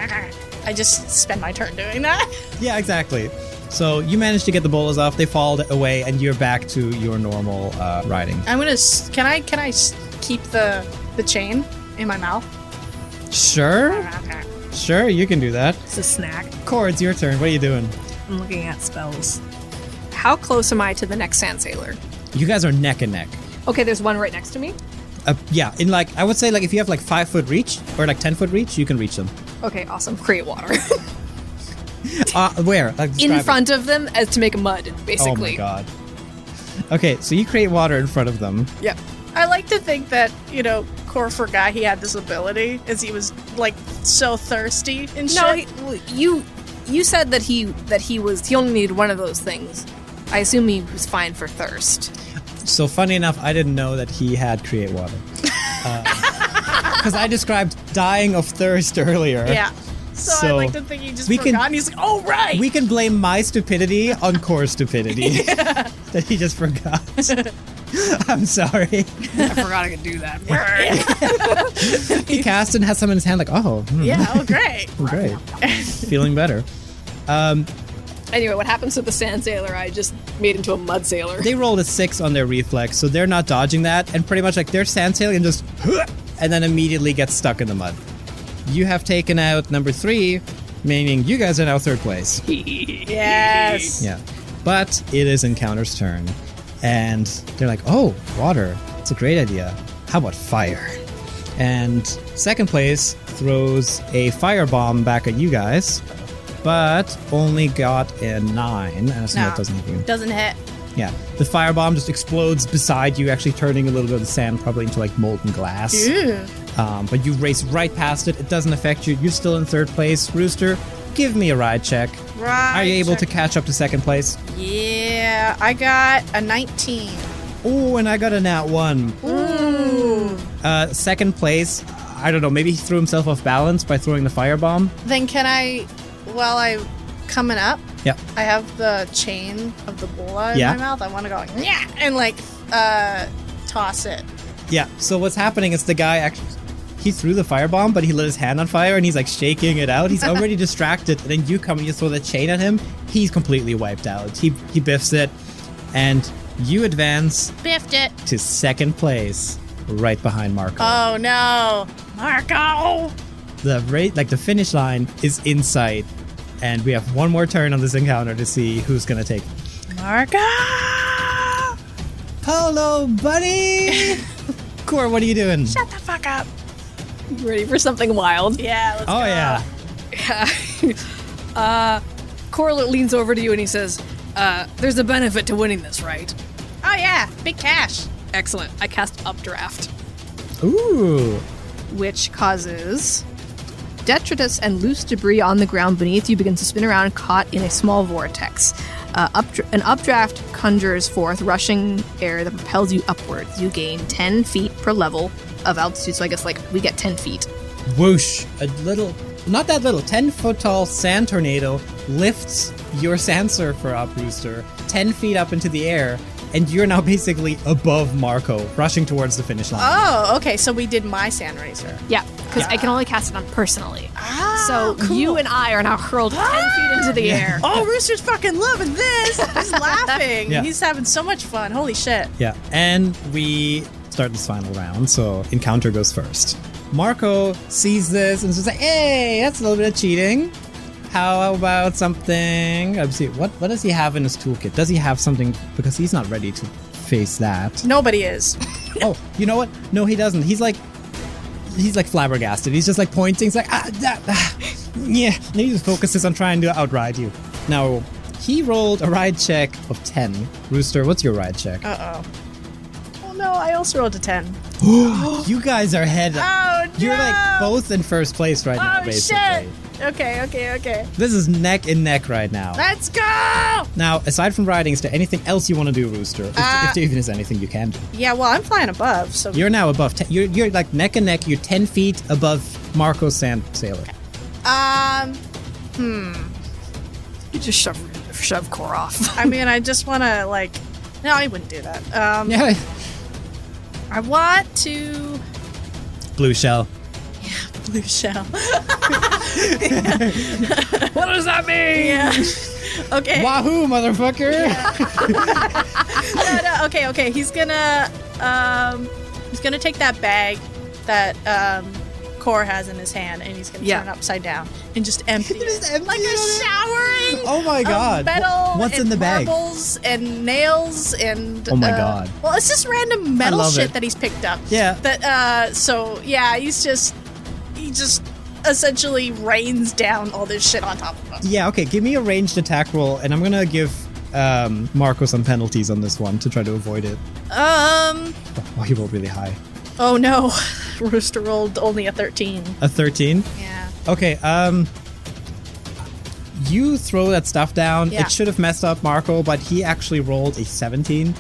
I just spend my turn doing that.
yeah, exactly. So, you managed to get the bolas off, they fall away, and you're back to your normal uh, riding.
I'm gonna. s- Can I? Can I s- keep the the chain in my mouth?
Sure, sure, you can do that.
It's a snack.
Core, it's your turn. What are you doing?
I'm looking at spells. How close am I to the next sand sailor?
You guys are neck and neck.
Okay, there's one right next to me.
Uh, yeah, in like I would say like if you have like five foot reach or like ten foot reach, you can reach them.
Okay, awesome. Create water.
Uh, where? Like, describe
in
it.
front of them as to make mud,
Oh
basically.
my god. Okay, so you create water in front of them.
Yep.
I like to think that you know Cor forgot he had this ability, as he was like so thirsty and shit.
No, he, well, you you said that he that he was he only needed one of those things. I assume he was fine for thirst.
So funny enough, I didn't know that he had create Uh, water. Because I described dying of thirst earlier.
yeah. So, I
So,
like to think he just
we
forgot.
can-
and he's like, oh right.
We can blame my stupidity on core stupidity that he just forgot. I'm sorry.
I forgot I could do that.
He cast and has some in his hand, like, oh, hmm,
yeah. Oh great.
great. Feeling better.
anyway, what happens to the sand sailor? I just made into a mud sailor.
They rolled a six on their reflex, so they're not dodging that, and pretty much like they're sand sailing and just, and then immediately get stuck in the mud. You have taken out number three, meaning you guys are now third place.
Yes.
Yeah. But it is Encounter's turn. And they're like, oh, water. It's a great idea. How about fire? And second place throws a firebomb back at you guys, but only got a nine. And so that
Nah.
doesn't hit you.
Doesn't hit.
Yeah. The firebomb just explodes beside you, actually turning a little bit of the sand probably into like molten glass. Um, but you race right past it. It doesn't affect you. You're still in third place. Rooster, give me a ride check.
Right.
Are you able to catch up to second place?
Yeah. I got a 19.
Oh, and I got a nat one.
Mm. Ooh.
Uh, second place, I don't know, maybe he threw himself off balance by throwing the firebomb.
Then can I, while I coming up,
Yeah.
I have the chain of the bola in
Yeah.
my mouth. I want to go like, yeah, and like uh, toss it.
Yeah, so what's happening is the guy actually. He threw the firebomb, but he lit his hand on fire and he's like shaking it out. He's already distracted. And then you come and you throw the chain at him. He's completely wiped out. He, he biffs it. And you advance
Biffed it.
to second place, right behind Marco.
Oh no, Marco!
the rate like the finish line is in sight and we have one more turn on this encounter to see who's gonna take
Marco!
polo buddy core what are you doing
Shut the fuck up.
You ready for something wild?
Yeah. Let's
oh yeah
go.
Yeah. uh, Corlett leans over to you and he says, uh, "There's a benefit to winning this, right?"
Oh yeah. Big cash.
Excellent. I cast Updraft,
ooh
which causes detritus and loose debris on the ground beneath you begins to spin around caught in a small vortex uh, updra- an updraft conjures forth rushing air that propels you upwards you gain 10 feet per level of altitude so i guess like we get 10 feet
whoosh a little not that little 10 foot tall sand tornado lifts your sand surfer up rooster 10 feet up into the air and you're now basically above marco rushing towards the finish line
Oh, okay. So we did my sand razor.
yeah, because I can only cast it on personally.
Ah,
Oh,
so you and I are now hurled ten feet into the air.
Oh, Rooster's fucking loving this. He's laughing.
Yeah.
He's having so much fun. Holy shit.
Yeah, and we start this final round, so Encounter goes first. Marco sees this and is just like, hey, that's a little bit of cheating. How about something? Let's see, what, what does he have in his toolkit? Does he have something? Because he's not ready to face that.
Nobody is.
oh, you know what? No, he doesn't. He's like, he's like flabbergasted. He's just like pointing. He's like, ah, that, ah, yeah. And he just focuses on trying to outride you. Now, he rolled a ride check of 10. Rooster, what's your ride check?
Uh oh. Oh no, I also rolled a 10.
You guys are head.
Oh,
You're like
no!
both in first place right now,
Oh,
basically.
shit. Okay, okay, okay.
This is neck and neck right now.
Let's go!
now, aside from riding, is there anything else you want to do, Rooster? If,
Uh,
if there even is anything you can do.
Yeah, well, I'm flying above, so.
You're now above. Ten, you're you're like neck and neck. You're ten feet above Marco Sand Sailor.
um,
You just shove shove Cor off.
I mean, I just want to, like. No, I wouldn't do that. Um,
Yeah.
I want to.
Blue shell.
Blue shell.
what does that mean?
Yeah. okay.
Wahoo, motherfucker!
No, no, okay, okay. He's gonna. Um, he's gonna take that bag that, um, Core has in his hand and he's gonna
Yeah.
turn it upside down and just empty
Just
it.
empty
like
it
a
on-
showering
Oh my
of
god!
metal.
What's
and
in the bag?
marbles and nails and.
Oh my
uh,
God.
Well, it's just random metal
love
shit
it.
that he's picked up.
Yeah.
That uh, so yeah, he's just he just essentially rains down all this shit on top of us.
Yeah. Okay. Give me a ranged attack roll, and I'm gonna give um, Marco some penalties on this one to try to avoid it.
Um.
Oh, he rolled really high.
Oh no, Rooster rolled only a thirteen.
A thirteen.
Yeah.
Okay, um you throw that stuff down.
Yeah.
It should have messed up Marco, but he actually rolled a 17.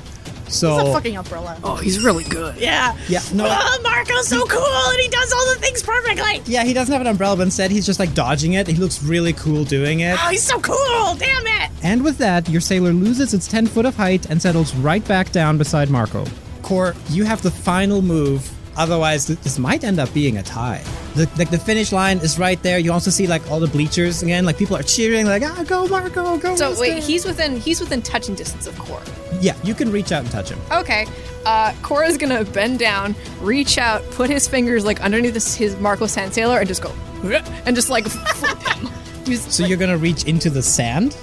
So
It's a fucking umbrella.
Oh, he's really good.
Yeah.
Yeah, no.
Oh, Marco's so cool and he does all the things perfectly.
Yeah, he doesn't have an umbrella, but instead he's just like dodging it. He looks really cool doing it.
Oh, he's so cool. Damn it.
And with that, your sailor loses its 10 foot of height and settles right back down beside Marco. Core, you have the final move. Otherwise, th- this might end up being a tie. The, like the finish line is right there. You also see like all the bleachers again. Like people are cheering, like ah, go Marco, go.
So
Oscar."
wait, he's within he's within touching distance of Cora.
yeah, you can reach out and touch him.
Okay. Uh, Cora's gonna bend down, reach out, put his fingers like underneath his, his Marco Sand Sailor, and just go, "Hup," and just like flip him. He's- uh,
So you're gonna reach into the sand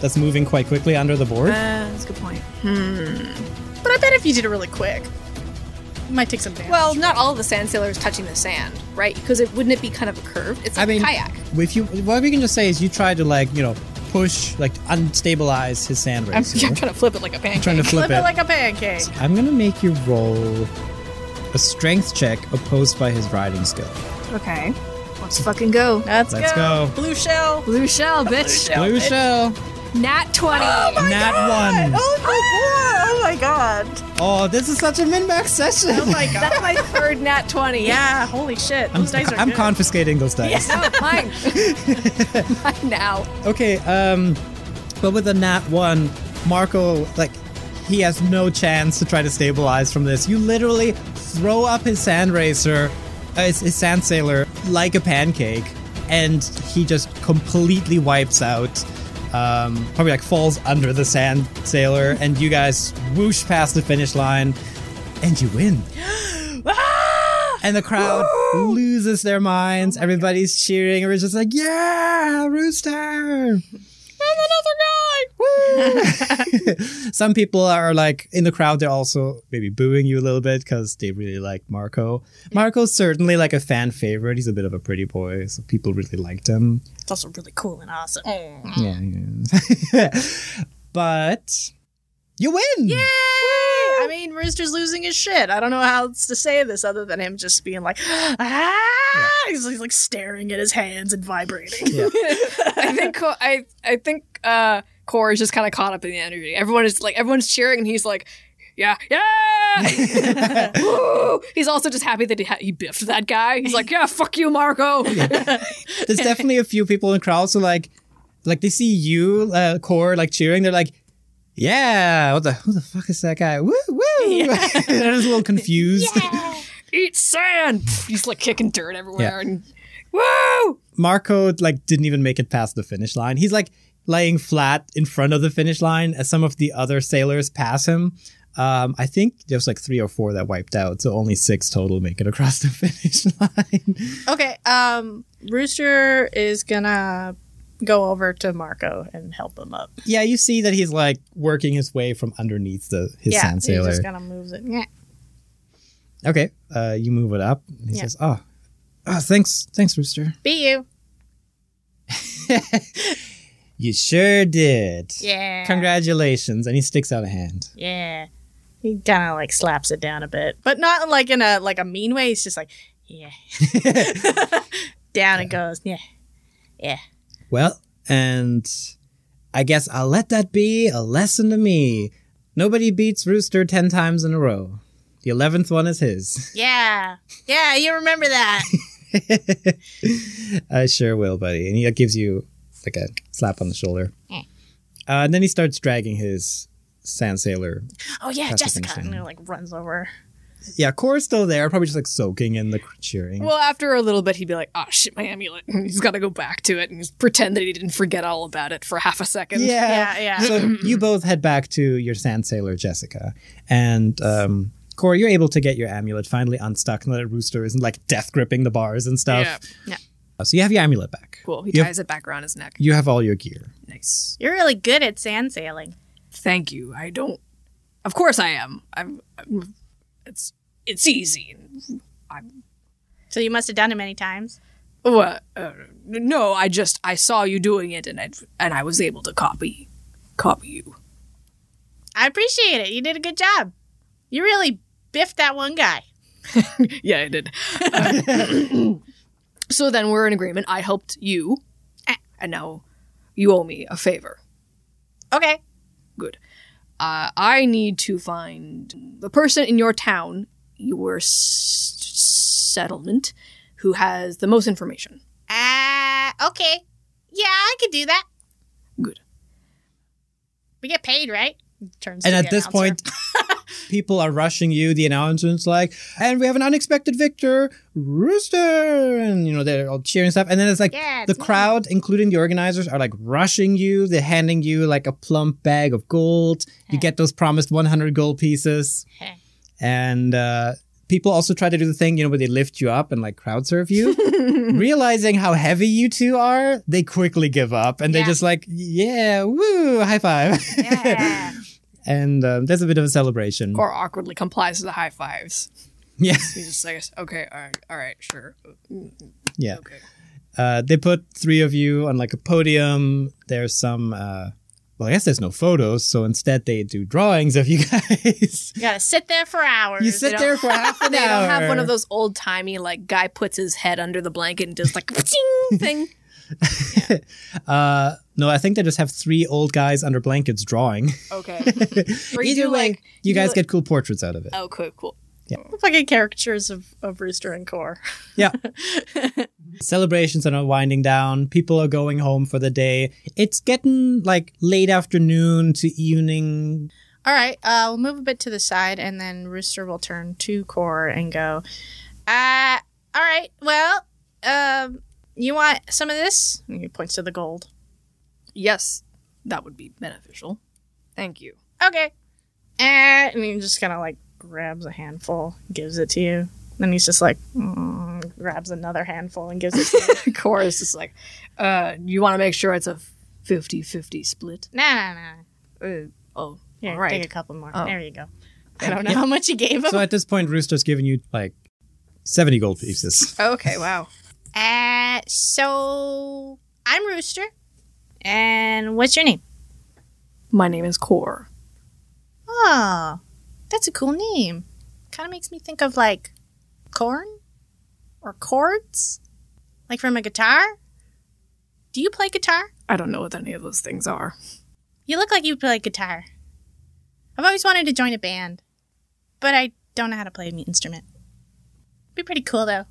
that's moving quite quickly under the board.
Uh, that's a good point. Hmm.
But I bet if you did it really quick, it might take some damage.
Well, not all of the sand sailor is touching the sand, right? Because it wouldn't it be kind of a curve? It's like
I mean,
a kayak.
If you, what we can just say is you try to like you know push like unstabilize his sand
I'm,
race. you
yeah, I'm
know?
trying to flip it like a pancake.
trying to flip,
flip it like a pancake.
I'm gonna make you roll a strength check opposed by his riding skill.
Okay. Let's fucking go.
Let's,
Let's go.
Blue shell.
Blue shell, bitch.
Blue shell, Oh
Nat 20.
nat one.
Oh my god. Oh my god.
Oh, this is such a min-max session.
Oh my god.
That's my third nat 20.
yeah. Holy shit.
I'm,
Those dice are
I'm
good.
confiscating those dice.
Oh, mine. mine now.
Okay, um, but with the nat one, Marco like he has no chance to try to stabilize from this. You literally throw up his sand racer, uh, his, his sand sailor like a pancake, and he just completely wipes out. Um, probably like falls under the sand sailor, and you guys whoosh past the finish line, and you win.
Ah!
And the crowd loses their minds. Everybody's cheering. and We're just like, yeah, Rooster. Some people are like in the crowd. They're also maybe booing you a little bit because they really like Marco. Marco's certainly like a fan favorite. He's a bit of a pretty boy, so people really liked him.
It's also really cool and awesome.
Yeah. yeah. but you win. Yeah.
I mean, Rooster's losing his shit. I don't know how else to say this other than him just being like, ah! He's, he's like staring at his hands and vibrating.
I think Co- I I think uh Cora is just kind of caught up in the energy. Everyone is like everyone's cheering, and he's like, yeah, yeah. Woo! He's also just happy that he ha- he biffed that guy. He's like, yeah, fuck you, Marco.
There's definitely a few people in the crowd. So like, like they see you, uh, core, like cheering. They're like, yeah. What the? Who the fuck is that guy? Woo woo. they're just a little confused.
Eat sand. He's like kicking dirt everywhere,
Yeah.
and woo.
Marco like didn't even make it past the finish line. He's like laying flat in front of the finish line as some of the other sailors pass him. Um, I think there was like three or four that wiped out, so only six total make it across the finish line.
Okay, um, Rooster is gonna go over to Marco and help him up.
yeah, you see that he's like working his way from underneath the his
yeah,
sand sailor.
he's just gonna move it. Yeah.
okay, uh, you move it up. And he
Yeah.
says, "Oh, oh, thanks, thanks, Rooster.
Be you.
You sure did.
Yeah.
Congratulations!" And he sticks out a hand.
Yeah. He kind of like slaps it down a bit, but not like in a like a mean way. He's just like, yeah. down it goes. Yeah.
Well, and I guess I'll let that be a lesson to me. Nobody beats Rooster 10 times in a row. The 11th one is his.
Yeah. Yeah, you remember that.
I sure will, buddy. And he gives you like a slap on the shoulder.
Eh.
Uh, and then he starts dragging his sand sailor.
oh yeah,
That's the
Jessica.
thing.
And he like runs over.
Yeah, Cora's still there, probably just like soaking in the cheering.
Well, after a little bit, he'd be like, "Oh shit, my amulet." he's got to go back to it and just pretend that he didn't forget all about it for half a second.
yeah.
Yeah, yeah.
So you both head back to your sand sailor, Jessica. And um, Cora, you're able to get your amulet finally unstuck and that Rooster isn't like death gripping the bars and stuff. Uh,
Yeah.
So you have your amulet back.
Cool. He
Yep.
ties it back around his neck.
You have all your gear.
Nice.
You're really good at sand sailing.
thank you. I don't. Of course I am. I'm. I'm it's it's easy.
So you must have done it many times.
Oh, uh, uh, no, I just I saw you doing it and I and I was able to copy copy you.
I appreciate it. You did a good job. You really biffed that one guy.
Yeah, I did. so then we're in agreement. I helped you, and now you owe me a favor.
Okay.
Good. uh, I need to find the person in your town, your s- settlement, who has the most information.
Ah, okay. Yeah, I could do that.
Good.
We get paid, right? Turns
And
to
at
the
this
announcer.
point, people are rushing you. The announcement's like, and we have an unexpected victor, Rooster. And, you know, they're all cheering and stuff. And then it's like
Yeah,
the
it's me.
crowd, including the organizers, are like rushing you. They're handing you like a plump bag of gold. You get those promised 100 gold pieces.
Heh.
and uh, people also try to do the thing, you know, where they lift you up and like crowd surf you. Realizing how heavy you two are, they quickly give up and
Yeah.
they're just like, yeah, woo, high five.
Yeah.
and um, there's a bit of a celebration.
Or awkwardly complies to the high fives.
Yeah.
He's just like, okay, all right, all right, sure.
Yeah.
Okay.
Uh, they put three of you on like a podium. There's some, uh, well, I guess there's no photos. So instead, they do drawings of you guys.
You gotta sit there for hours.
you sit
don't-
there for half an
They
hour.
don't have one of those old timey like guy puts his head under the blanket and does like "Ka-ching" thing.
Uh, no, I think they just have three old guys under blankets drawing.
Okay. Or you
Either
do,
way,
like-
you
you
guys
do-
get cool portraits out of it.
Oh, cool, cool.
Fucking caricatures of, of Rooster and Core.
Celebrations are now winding down. People are going home for the day. It's getting like late afternoon to evening.
All right, uh, we'll move a bit to the side, and then Rooster will turn to Core and go, uh, all right, well, um, you want some of this? And he points to the gold.
Yes, that would be beneficial. Thank you.
Okay. Uh, and he just kind of like grabs a handful, gives it to you. Then he's just like, mm, grabs another handful and gives it to you.
Cora is just like, uh, you want to make sure it's a 50 50 split?
nah, nah, nah.
Uh, oh,
Here,
all right.
take a couple more.
Oh.
There you go. I don't know how much he gave him.
So at this point, Rooster's giving you like 70 gold pieces.
Okay, wow.
Uh, so I'm Rooster. And what's your name?
My name is Cor.
Oh, that's a cool name. Kind of makes me think of like corn or chords, like from a guitar. Do you play guitar?
I don't know what any of those things are.
You look like you play guitar. I've always wanted to join a band, but I don't know how to play an instrument. Be pretty cool though.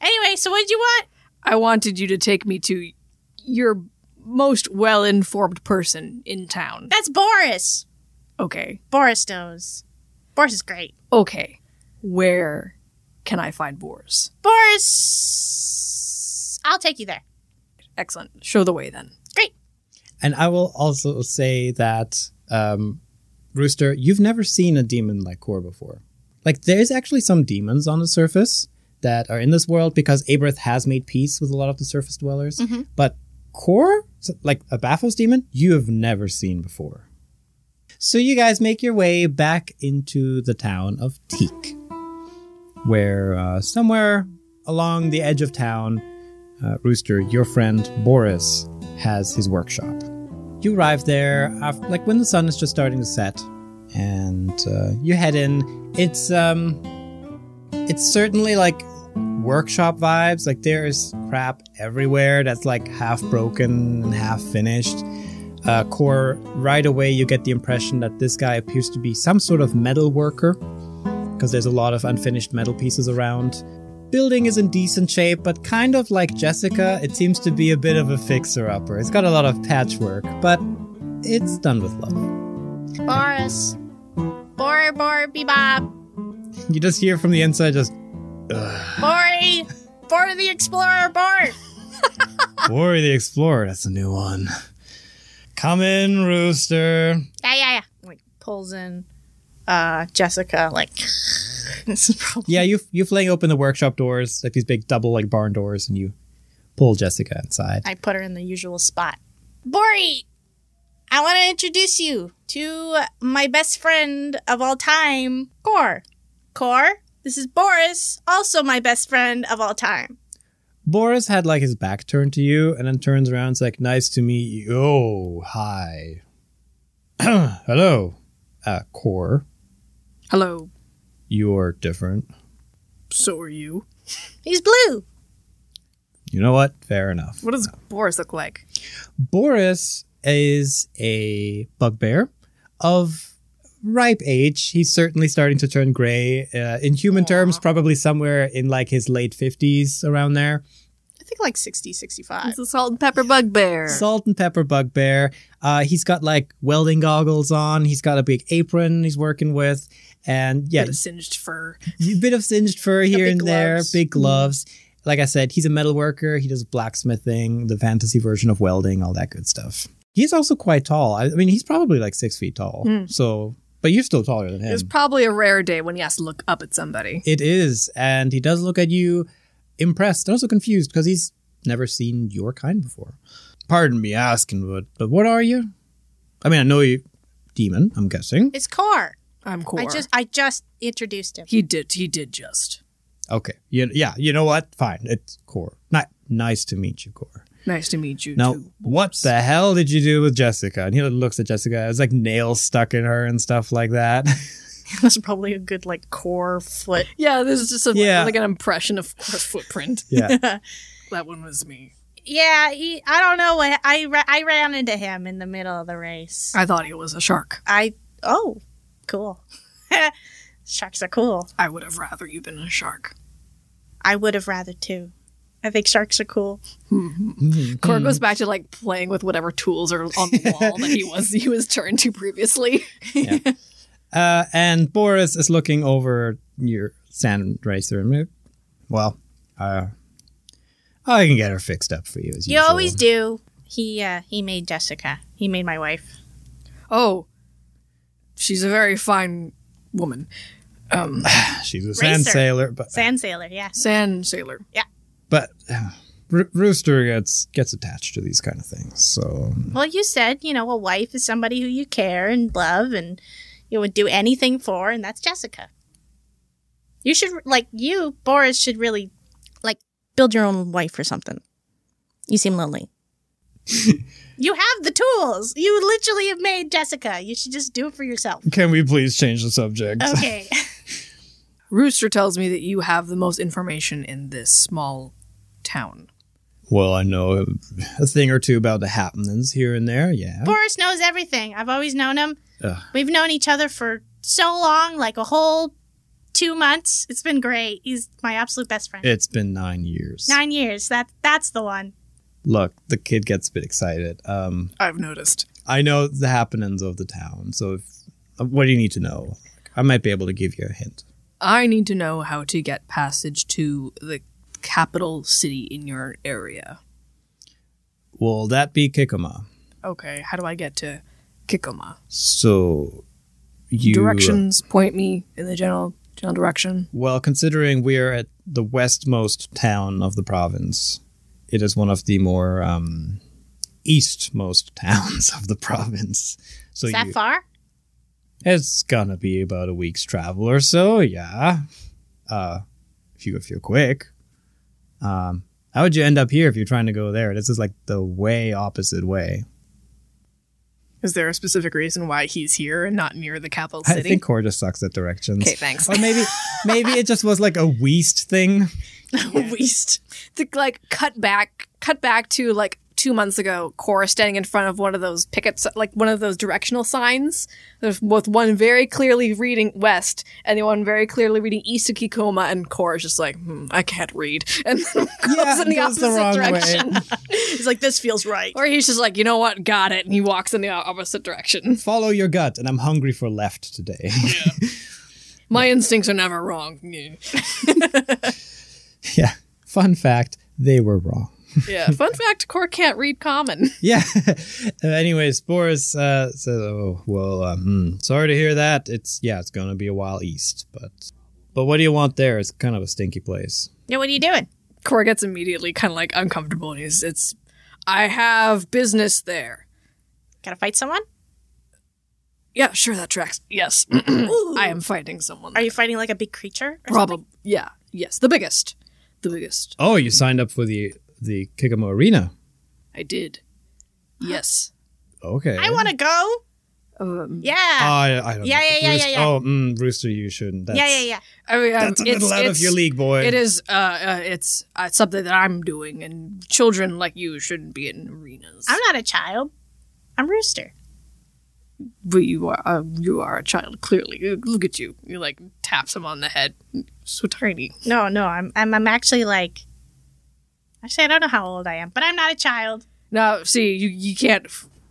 Anyway, so what did you want?
I wanted you to take me to your most well informed person in town.
That's Boris.
Okay,
Boris knows. Boris is great.
okay. Where can I find Boris?
Boris, I'll take you there.
Excellent. Show the way then.
And I will also say that, um, Rooster, you've never seen a demon like Kor before. Like, there's actually some demons on the surface that are in this world because Abreth has made peace with a lot of the surface dwellers. But Kor, so- like a Baphos demon, you have never seen before. So you guys make your way back into the town of Teak, where uh, somewhere along the edge of town, uh, Rooster, your friend Boris has his workshop. You arrive there after, like when the sun is just starting to set, and uh, you head in. It's um, it's certainly like workshop vibes. Like there is crap everywhere that's like half broken and half finished. Uh, core right away, you get the impression that this guy appears to be some sort of metal worker because there's a lot of unfinished metal pieces around. Building is in decent shape, but kind of like Jessica, it seems to be a bit of a fixer upper. It's got a lot of patchwork, but it's done with love.
Boris. Bor bor bebop.
You just hear from the inside just,
Bori. Bor the Explorer Bor.
Worry the Explorer, that's a new one. Come in, Rooster.
Yeah, yeah, yeah. Like pulls in uh Jessica like this is probably
Yeah, you you fling open the workshop doors, like these big double like barn doors, and you pull Jessica inside.
I put her in the usual spot. Bori, I want to introduce you to my best friend of all time, Cor. Cor, this is Boris, also my best friend of all time.
Boris had like his back turned to you and then turns around and's like, nice to meet you. Oh, hi. Hello. Uh, Core,
Hello.
you're different.
So are you.
He's blue.
You know what? Fair enough.
What does Boris look like?
Boris is a bugbear, of ripe age. He's certainly starting to turn gray. Uh, in human terms, probably somewhere in like his late 50s, around there.
I think like 60, 65.
It's a salt and pepper bugbear.
Salt and pepper bugbear. Uh, he's got like welding goggles on. He's got a big apron he's working with. And yeah,
Bit of singed fur.
a bit of singed fur here
big
and there,
gloves. Mm-hmm.
big gloves. Like I said, he's a metal worker. He does blacksmithing, the fantasy version of welding, all that good stuff. He's also quite tall. I I mean, he's probably like six feet tall.
Hmm.
So, but you're still taller than him.
It's probably a rare day when he has to look up at somebody.
It is, and he does look at you impressed and also confused because he's never seen your kind before. Pardon me asking, but but what are you? I mean, I know you, demon. I'm guessing.
It's Car.
I'm cool.
I just I just introduced him.
he did he did just
Okay. You, yeah. You know what? Fine. It's Core. Ni- nice to meet you, Core.
nice to meet you.
Now,
too.
what the hell did you do with Jessica? And he looks at Jessica. It's like nails stuck in her and stuff like that.
That's probably a good like core foot.
Yeah, this is just a,
Yeah.
like an impression of course footprint.
yeah.
that one was me.
Yeah, he. I don't know what I ra- I ran into him in the middle of the race.
I thought he was a shark.
I oh, cool. Sharks are cool.
I would have rather you been a shark.
I would have rather too. I think sharks are cool.
Mm-hmm.
Hmm.
Korg goes back to like playing with whatever tools are on the wall that he was he was turned to previously.
Uh, and Boris is looking over your sand racer. and, uh, Well, uh, I can get her fixed up for you. As
You
usual.
always do. He uh he made Jessica. He made my wife.
Oh, she's a very fine woman. Um,
She's a sand
Racer.
sailor, but
Sand sailor, yeah.
sand sailor.
but uh, Ro- Rooster gets gets attached to these kind of things. So
Well, you said you know a wife is somebody who you care and love and you would do anything for, and that's Jessica. You should like you Boris should really like build your own wife or something. You seem lonely. you have the tools. You literally have made Jessica. You should just do it for yourself.
can we please change the subject?
Okay.
Rooster tells me that you have the most information in this small town.
Well, I know a thing or two about the happenings here and there. Yeah.
Boris knows everything. I've always known him.
Ugh.
We've known each other for so long, like a whole two months. It's been great. He's my absolute best friend.
It's been nine years.
Nine years. That that's the one.
Look, the kid gets a bit excited. Um,
I've noticed.
I know the happenings of the town. So, if, uh, what do you need to know? I might be able to give you a hint.
I need to know how to get passage to the capital city in your area.
Will that be Kikoma?
Okay, how do I get to Kikoma?
So, you uh,
Directions point me in the general general direction.
Well, considering we are at the westmost town of the province, it is one of the more um, eastmost towns of the province. So
Is that
you,
far?
it's gonna be about a week's travel or so. Yeah, uh, if you if you're quick. Um, how would you end up here if you're trying to go there? This is like the way opposite way.
Is there a specific reason why he's here and not near the capital
I think Core just sucks at directions.
okay, thanks.
Or maybe maybe it just was like a weast thing.
Waste. The, like cut back, cut back to like two months ago. Cora standing in front of one of those pickets, like one of those directional signs, There's with one very clearly reading west and the one very clearly reading east to Kikoma, and Cora's just like, hmm, I can't read, and then goes in the
goes
opposite
the wrong
direction.
way.
He's like, this feels right.
Or he's just like, you know what, got it, and he walks in the opposite direction.
Follow your gut, and I'm hungry for left today.
My instincts are never wrong.
Yeah. Fun fact, they were wrong.
Yeah. Fun fact: Cora can't read common.
Yeah. Uh, Anyways, Boris uh, says, "Oh, well, um, hmm, sorry to hear that. It's yeah, it's gonna be a while east, but but what do you want there? It's kind of a stinky place.
Yeah, what are you doing?
Cora gets immediately kind of like uncomfortable and he's it's I have business there.
Gotta fight someone?
Yeah, sure that tracks. Yes. I am fighting someone.
Are you fighting like a big creature? or something?
probably yeah, yes, the biggest. The biggest.
Oh, you signed up for the the Kikamo Arena.
I did. Yes.
Okay.
I want to go.
Um,
Oh,
Yeah.
I, I don't
Yeah,
know.
yeah, yeah,
Rooster-
yeah, yeah.
Oh, mm, Rooster, you shouldn't. That's,
yeah, yeah, yeah.
I mean, um,
That's a
it's-
little out of
it's-
your league, boy.
It is uh, uh it's uh, something that I'm doing and children like you shouldn't be in arenas.
I'm not a child. I'm Rooster.
but you are uh, you are a child clearly. Uh, Look at you. He like taps him on the head. So tiny.
No, no, I'm, I'm, I'm actually like, actually, I don't know how old I am, but I'm not a child.
No, see, you you can't.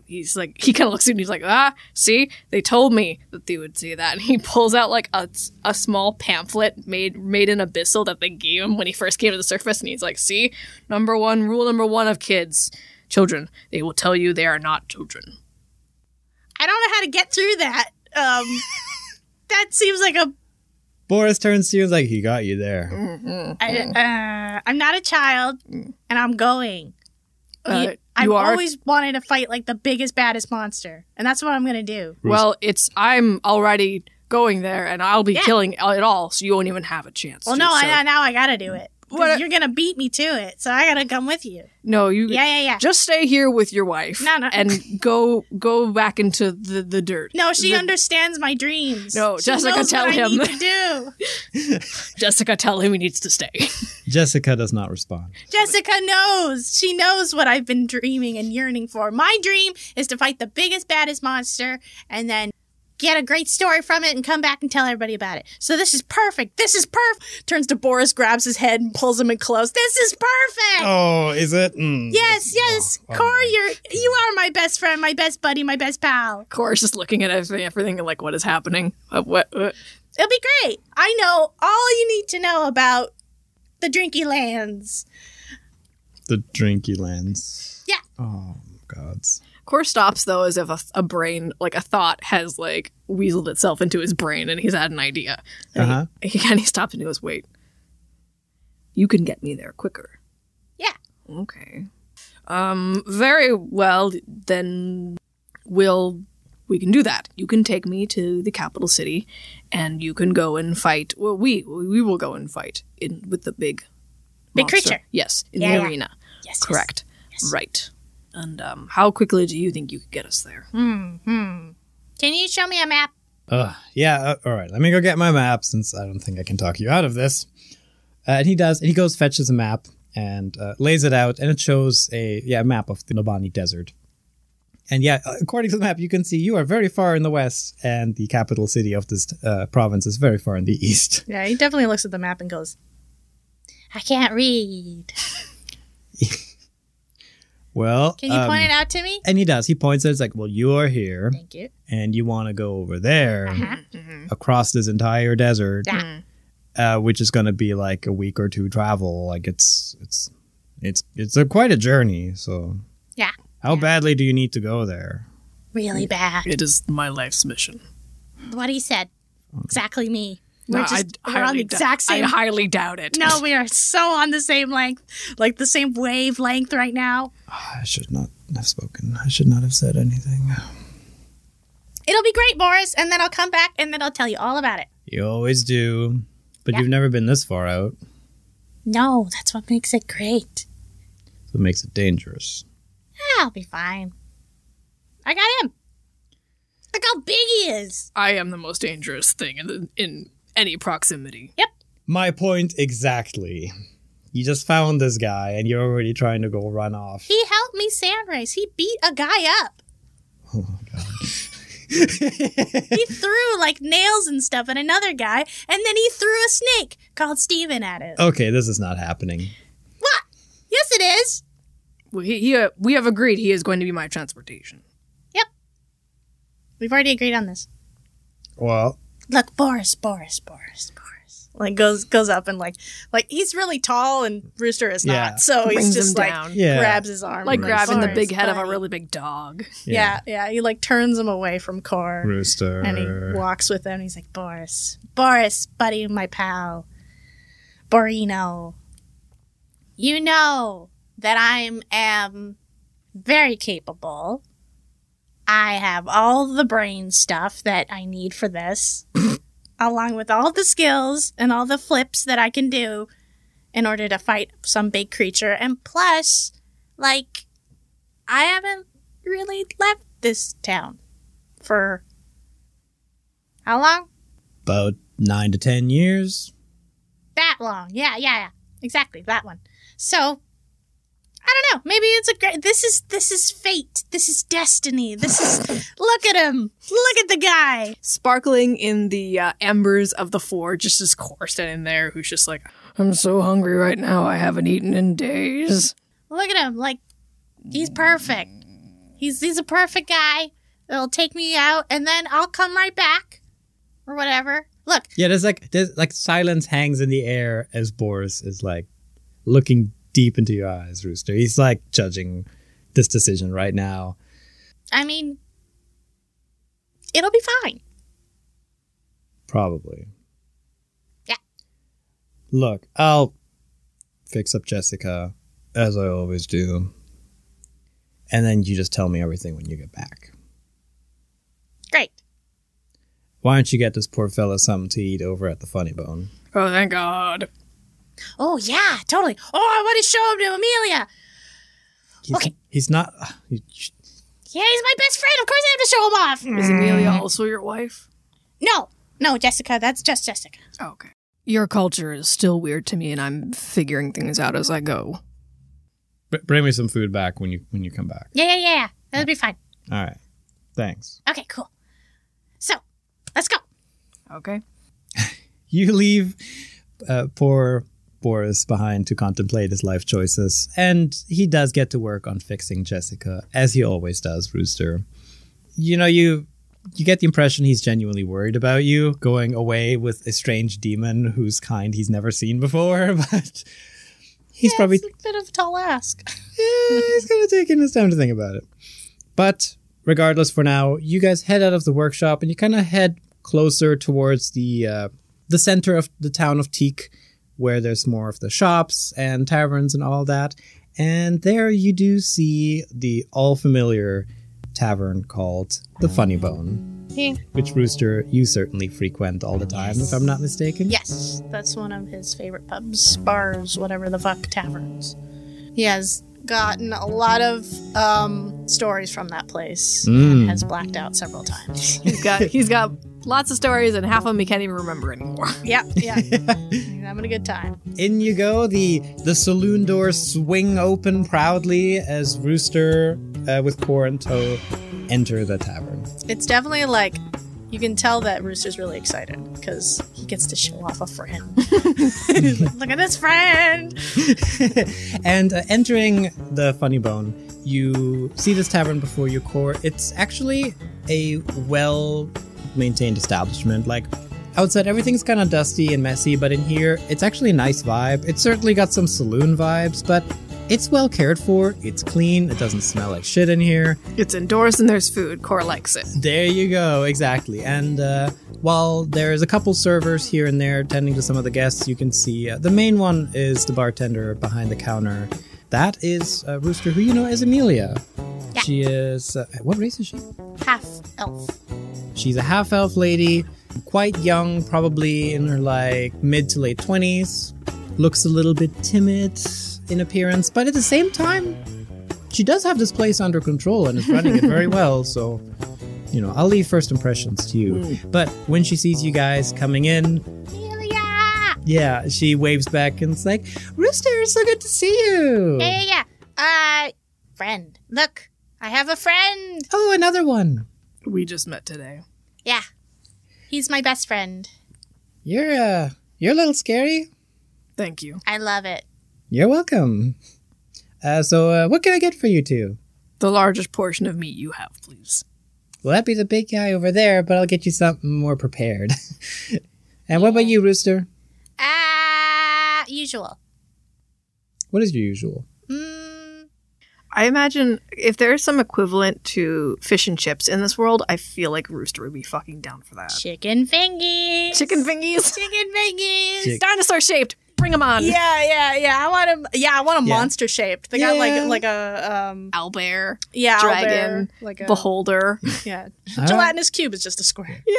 He's like he kind of looks at me. He's like, ah, see, they told me that they would see that. And he pulls out like a, a small pamphlet made made in abyssal that they gave him when he first came to the surface. And he's like, see, number one rule number one of kids, children, they will tell you they are not children.
I don't know how to get through that. Um, that seems like a,
Boris turns to you and is like, he got you there.
I, Mm. uh, I'm not a child, and I'm going.
Uh,
You- I've
you are-
always wanted to fight like the biggest, baddest monster, and that's what I'm gonna do.
Well, it's I'm already going there, and I'll be
Yeah.
killing it all, so you won't even have a chance.
Well,
to,
no,
so.
I, now I gotta do it. 'Cause
What-
You're gonna beat me to it, so I gotta come with you.
no, you.
Yeah, yeah, yeah.
Just stay here with your wife.
No, no.
And go go back into the the dirt.
No, she
The-
understands my dreams.
No,
she
Jessica,
knows
tell
what I
him.
need to do.
Jessica, tell him he needs to stay.
Jessica does not respond.
Jessica knows. She knows what I've been dreaming and yearning for. My dream is to fight the biggest, baddest monster, and then get a great story from it, and come back and tell everybody about it. So this is perfect. This is perfect. Turns to Boris, grabs his head, and pulls him in close. This is perfect.
Oh, is it? Mm.
Eh. Yes, yes,
Oh, oh
Corey, you're you are my best friend, my best buddy, my best pal.
Cora's just looking at everything, everything and like, what is happening? Uh, what? Uh,
It'll be great. I know all you need to know about the Drinky Lands.
The drinky lens.
Yeah.
Oh, gods.
Cora stops though, as if a, a brain, like a thought, has like weaseled itself into his brain, and he's had an idea.
Uh huh.
He kind of stops and he goes, "Wait, you can get me there quicker."
Yeah.
Okay. Um. Very well. Then we'll we can do that. You can take me to the capital city, and you can go and fight. Well, we we will go and fight in with the big
Big
monster.
creature.
Yes, in
Yeah,
the
yeah.
arena.
Yes,
Correct. Right. And um, how quickly do you think you could get us there?
Mm-hmm. Can you show me a map?
Uh, yeah, uh, all right. Let me go get my map since I don't think I can talk you out of this. Uh, and he does. And he goes fetches a map and uh, lays it out, and it shows a yeah map of the Nobani Desert. And yeah, uh, according to the map, you can see you are very far in the west, and the capital city of this uh, province is very far in the east.
Yeah, he definitely looks at the map and goes, "I can't read.
Well, um,
Can you point it out to me?"
And he does. He points at it. It's like, well, you are here,
Thank you.
and you want to go over there
Uh-huh.
across this entire desert.
Yeah. Mm-hmm.
uh, which is going to be like a week or two travel. Like it's it's it's it's a, quite a journey. So
Yeah.
how badly do you need to go there?
Really bad.
It is my life's mission.
What he said. Exactly me.
No,
We're
I
just we're on
highly
the
dou-
exact same.
I highly doubt it.
no, we are so on the same length, like the same wavelength right now.
I should not have spoken. I should not have said anything.
It'll be great, Boris, and then I'll come back and then I'll tell you all about it.
You always do, but
Yeah.
you've never been this far out,
No, that's what makes it great.
so it makes it dangerous.
I'll be fine. I got him. Look how big he is.
I am the most dangerous thing in the, in any proximity.
My point exactly. You just found this guy, and you're already trying to go run off.
He helped me sand race. He beat a guy up.
Oh my god!
He threw like nails and stuff at another guy, and then he threw a snake called Steven at him.
Okay, this is not happening.
What? Yes, it is.
We, he, uh, we have agreed he is going to be my transportation.
We've already agreed on this.
Well,
Look, Boris, Boris, Boris, Boris. Like goes goes up and like like he's really tall and Rooster is
Yeah.
not, so Oh, he's
Brings
just
him
like
down.
yeah.
grabs his arm,
Like
and
grabbing the
Boris,
big head of a
buddy.
really big dog.
Yeah, yeah. He like turns him away from Cor.
Rooster.
And he walks with him. and He's like, Boris, Boris, buddy, my pal, Borino. You know that I'm am very capable. I have all the brain stuff that I need for this, along with all the skills and all the flips that I can do in order to fight some big creature. And plus, like, I haven't really left this town for how long?
about nine to ten years.
That long. Yeah, yeah, yeah. Exactly, that one. So, I don't know. Maybe it's a great. This is this is fate. This is destiny. This is. look at him. Look at the guy.
Sparkling in the uh, embers of the forge, just is Cor standing there, who's just like, I'm so hungry right now. I haven't eaten in days.
Look at him. Like he's perfect. He's he's a perfect guy. It'll take me out, and then I'll come right back, or whatever. Look,
Yeah, there's like there's like silence hangs in the air as Boris is like looking deep into your eyes, Rooster. He's like judging this decision right now.
I mean, it'll be fine.
Probably.
Yeah.
Look, I'll fix up Jessica as I always do. And then you just tell me everything when you get back.
Great.
Why don't you get this poor fella something to eat over at the Funny Bone?
Oh, thank God.
Oh yeah, totally. Oh, I want to show him to Amelia.
He's,
Okay.
He's not. uh,
Yeah, he's my best friend. Of course, I have to show him off.
Is Amelia also your wife?
No, no, Jessica. That's just Jessica.
Oh, okay.
Your culture is still weird to me, and I'm figuring things out as I go.
Br- bring me some food back when you when you come back.
Yeah, yeah, yeah. yeah. That'll be fine.
All right. Thanks.
Okay, cool. So, let's go.
Okay.
You leave uh, poor Boris behind to contemplate his life choices, and he does get to work on fixing Jessica, as he always does, Rooster. You know, you you get the impression he's genuinely worried about you going away with a strange demon whose kind he's never seen before, but he's
Yeah,
probably
it's a bit of a tall ask.
yeah, he's kind of taking his time to think about it. But regardless, for now, you guys head out of the workshop and you kind of head closer towards the uh, the center of the town of Teak, where there's more of the shops and taverns and all that. And there you do see the all familiar tavern called the Funny Bone,
Yeah.
which Rooster you certainly frequent all the time, if I'm not mistaken.
Yes, that's one of his favorite pubs, bars, whatever the fuck, taverns. He has gotten a lot of um, stories from that place
Mm.
and has blacked out several times.
He's got he's got lots of stories, and half of them he can't even remember anymore.
yeah, yeah. He's having a good time.
In you go. The the saloon doors swing open proudly as Rooster uh, with Core and Toe enter the tavern.
It's definitely like you can tell that Rooster's really excited because he gets to show off a friend. Look at this friend.
and uh, entering the Funny Bone, you see this tavern before you, Core. It's actually a well maintained establishment. Like outside, everything's kind of dusty and messy, but in here, it's actually a nice vibe. It's certainly got some saloon vibes, but it's well cared for. It's clean. It doesn't smell like shit in here.
It's indoors and there's food. Cor likes it.
There you go, exactly. And uh, while there's a couple servers here and there tending to some of the guests, you can see uh, the main one is the bartender behind the counter. That is uh, Rooster, who you know as Amelia.
Yeah.
She is. Uh, what race is she?
Half elf.
She's a half elf lady, quite young, probably in her like mid to late 20s. Looks a little bit timid in appearance, but at the same time, she does have this place under control and is running it very well. So, you know, I'll leave first impressions to you. But when she sees you guys coming in, Oh.
Amelia!
yeah, she waves back and it's like, Rooster, so good to see you.
Yeah, yeah, yeah. Uh, friend. Look, I have a friend.
Oh, another one.
We just met today.
Yeah. He's my best friend.
You're uh, you're a little scary.
Thank you.
I love it.
You're welcome. Uh, so, uh, what can I get for you two?
The largest portion of meat you have, please.
Well, that'd be the big guy over there, but I'll get you something more prepared. and what about you, Rooster?
Ah, usual.
What is your usual?
Mm,
I imagine if there's some equivalent to fish and chips in this world, I feel like Rooster would be fucking down for that.
chicken fingies.
Chicken fingies,
Chicken fingies.
Chick-
dinosaur shaped. Bring them on.
Yeah, yeah, yeah. I want him. Yeah, I want a
Yeah.
monster shaped. They got
Yeah.
like like a um
Owlbear,
yeah
Dragon,
owlbear, like a
beholder.
yeah
All right.
gelatinous cube is just a square.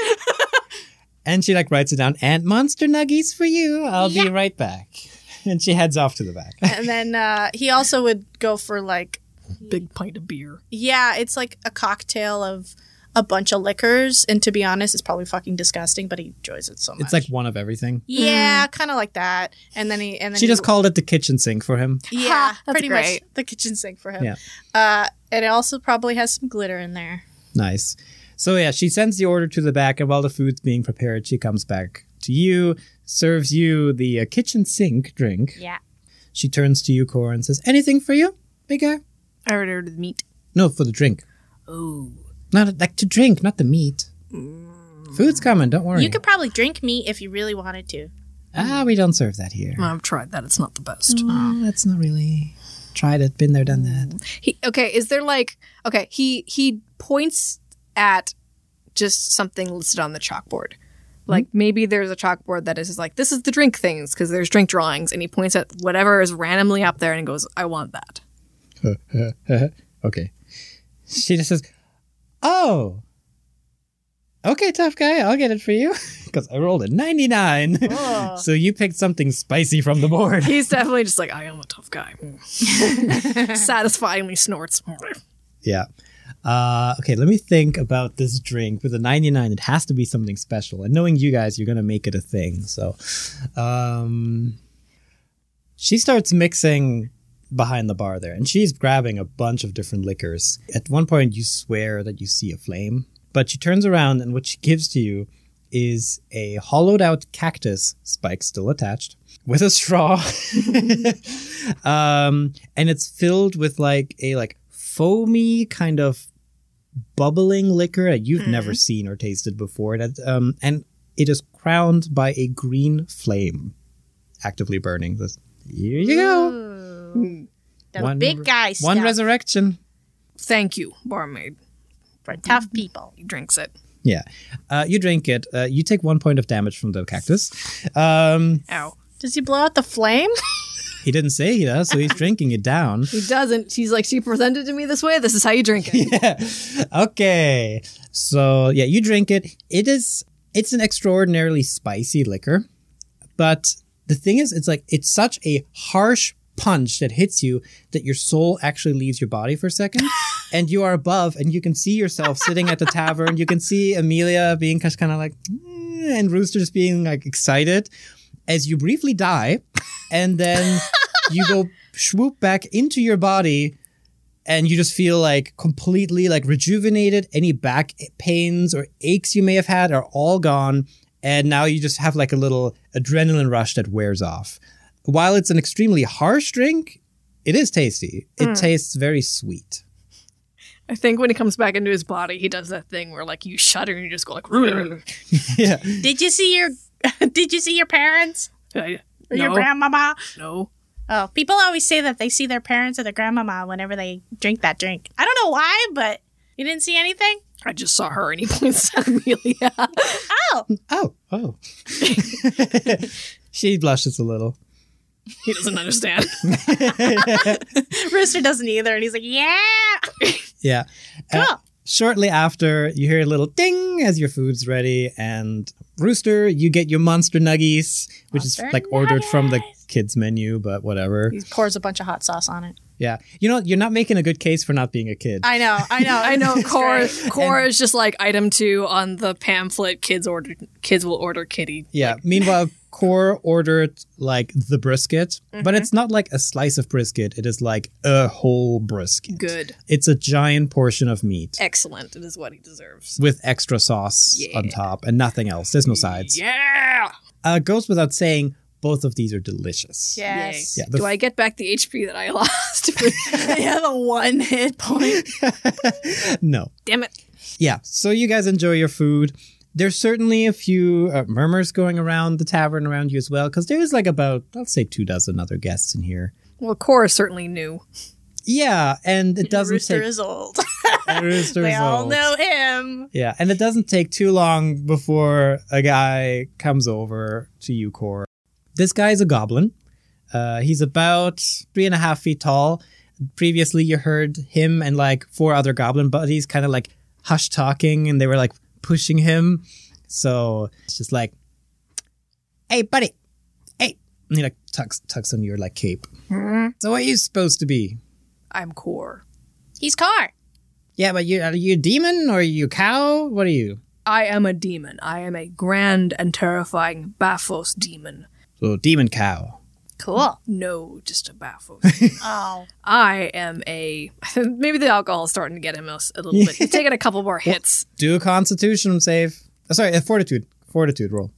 And she like writes it down. And monster nuggies for you. I'll be
Yeah.
right back. And she heads off to the back.
and then uh, he also would go for like
Big pint of beer.
yeah, it's like a cocktail of
a bunch of liquors, and to be honest, it's probably fucking disgusting, but he enjoys it so much.
It's like one of everything.
yeah, kind of like that. And then he and then
She
he-
just called it the kitchen sink for him.
yeah,
Ha, that's
pretty much
great.
the kitchen sink for him.
Yeah.
Uh, and it also probably has some glitter in there.
Nice. So yeah, she sends the order to the back, and while the food's being prepared, she comes back to you, serves you the uh, kitchen sink drink.
Yeah.
She turns to you, Cora, and says, "Anything for you, big guy?
I already ordered the meat.
No, for the drink. Oh, not like to drink, not the meat. Food's coming. Don't worry.
You could probably drink meat if you really wanted to.
ah, we don't serve that here.
I've tried that. It's not the best.
Oh, that's not really tried it. Been there, done that.
He, okay, is there like okay? He he points at just something listed on the chalkboard. Like maybe there's a chalkboard that is like this is the drink things because there's drink drawings, and he points at whatever is randomly up there and goes, "I want that."
okay. She just says, "Oh." Okay, tough guy, I'll get it for you. Because I rolled a 99.
Oh.
so you picked something spicy from the board.
He's definitely just like, "I am a tough guy." Satisfyingly snorts.
yeah. Uh, okay, let me think about this drink. With a 99, it has to be something special. And knowing you guys, you're going to make it a thing. So um, she starts mixing behind the bar there, and she's grabbing a bunch of different liquors. At one point, you swear that you see a flame, but she turns around, and what she gives to you is a hollowed out cactus, spike still attached, with a straw. um, and it's filled with like a like foamy kind of bubbling liquor that you've never seen or tasted before. That um, and it is crowned by a green flame, actively burning. This here you go.
The
One
big
re-
guy
One
stuff
resurrection.
Thank you, barmaid.
for tough people.
He drinks it.
Yeah, uh, you drink it. Uh, you take one point of damage from the cactus. Um,
Ow.
Does he blow out the flame?
he didn't say he does, so he's drinking it down.
He doesn't. She's like, she presented to me this way. This is how you drink it.
okay. So yeah, you drink it. It is it's an extraordinarily spicy liquor. But the thing is, it's like it's such a harsh punch that hits you that your soul actually leaves your body for a second. and you are above and you can see yourself sitting at the tavern. You can see Amelia being just kind of like "Eh," and Rooster just being like excited as you briefly die, and then you go swoop back into your body and you just feel like completely like rejuvenated any back pains or aches you may have had are all gone and now you just have like a little adrenaline rush that wears off while it's an extremely harsh drink it is tasty it tastes very sweet
I think when he comes back into his body, he does that thing where like you shudder and you just go like,
yeah
Did you see your Did you see your parents
no,
or your grandmama?
no.
Oh, people always say that they see their parents or their grandmama whenever they drink that drink. I don't know why, but you didn't see anything.
I just saw her, and he points at Amelia.
Oh,
oh oh she blushes a little
he doesn't understand.
Rooster doesn't either, and he's like, "Yeah,
yeah
cool."
Shortly after, you hear a little ding as your food's ready, and Rooster, you get your monster nuggies, which
Monster
is like ordered from the kids menu, but whatever.
he pours a bunch of hot sauce on it.
Yeah, you know, you're not making a good case for not being a kid.
I know, I know,
I know.
It's
Cora,
great.
Cora is just like item two on the pamphlet. Kids order. Kids will order kitty.
yeah. Meanwhile, Core ordered like the brisket, but it's not like a slice of brisket. It is like a whole brisket.
Good. Eh.
It's a giant portion of meat
Excellent. It is what he deserves.
with extra sauce on top and nothing else. There's no sides.
Yeah.
Uh, goes without saying, both of these are delicious.
Yes.
Yeah, the
Do I get back the HP that I lost? yeah, the one hit point.
no.
Damn it.
Yeah. So you guys enjoy your food. There's certainly a few uh, murmurs going around the tavern around you as well, because there's like about, let's say, two dozen other guests in here.
Well, Cora certainly knew.
Yeah, and it doesn't
Rooster
take.
is old.
Rooster's
they all
old.
know him.
Yeah, and it doesn't take too long before a guy comes over to you, Cor. This guy is a goblin. Uh, he's about three and a half feet tall. Previously, you heard him and like four other goblin buddies kind of like hush talking, and they were like pushing him. So it's just like, "Hey, buddy, hey," and he like tucks tucks on your like cape. So what are you supposed to be?
I'm Core.
He's car.
Yeah, but you are you a demon or are you a cow? What are you?
I am a demon. I am a grand and terrifying Baphos demon.
So demon cow.
Cool.
No, just a Baphos.
Oh.
I am a. Maybe the alcohol is starting to get him a, s- a little bit. He's taking a couple more hits.
Do a Constitution save. Oh, sorry, a Fortitude. Fortitude roll.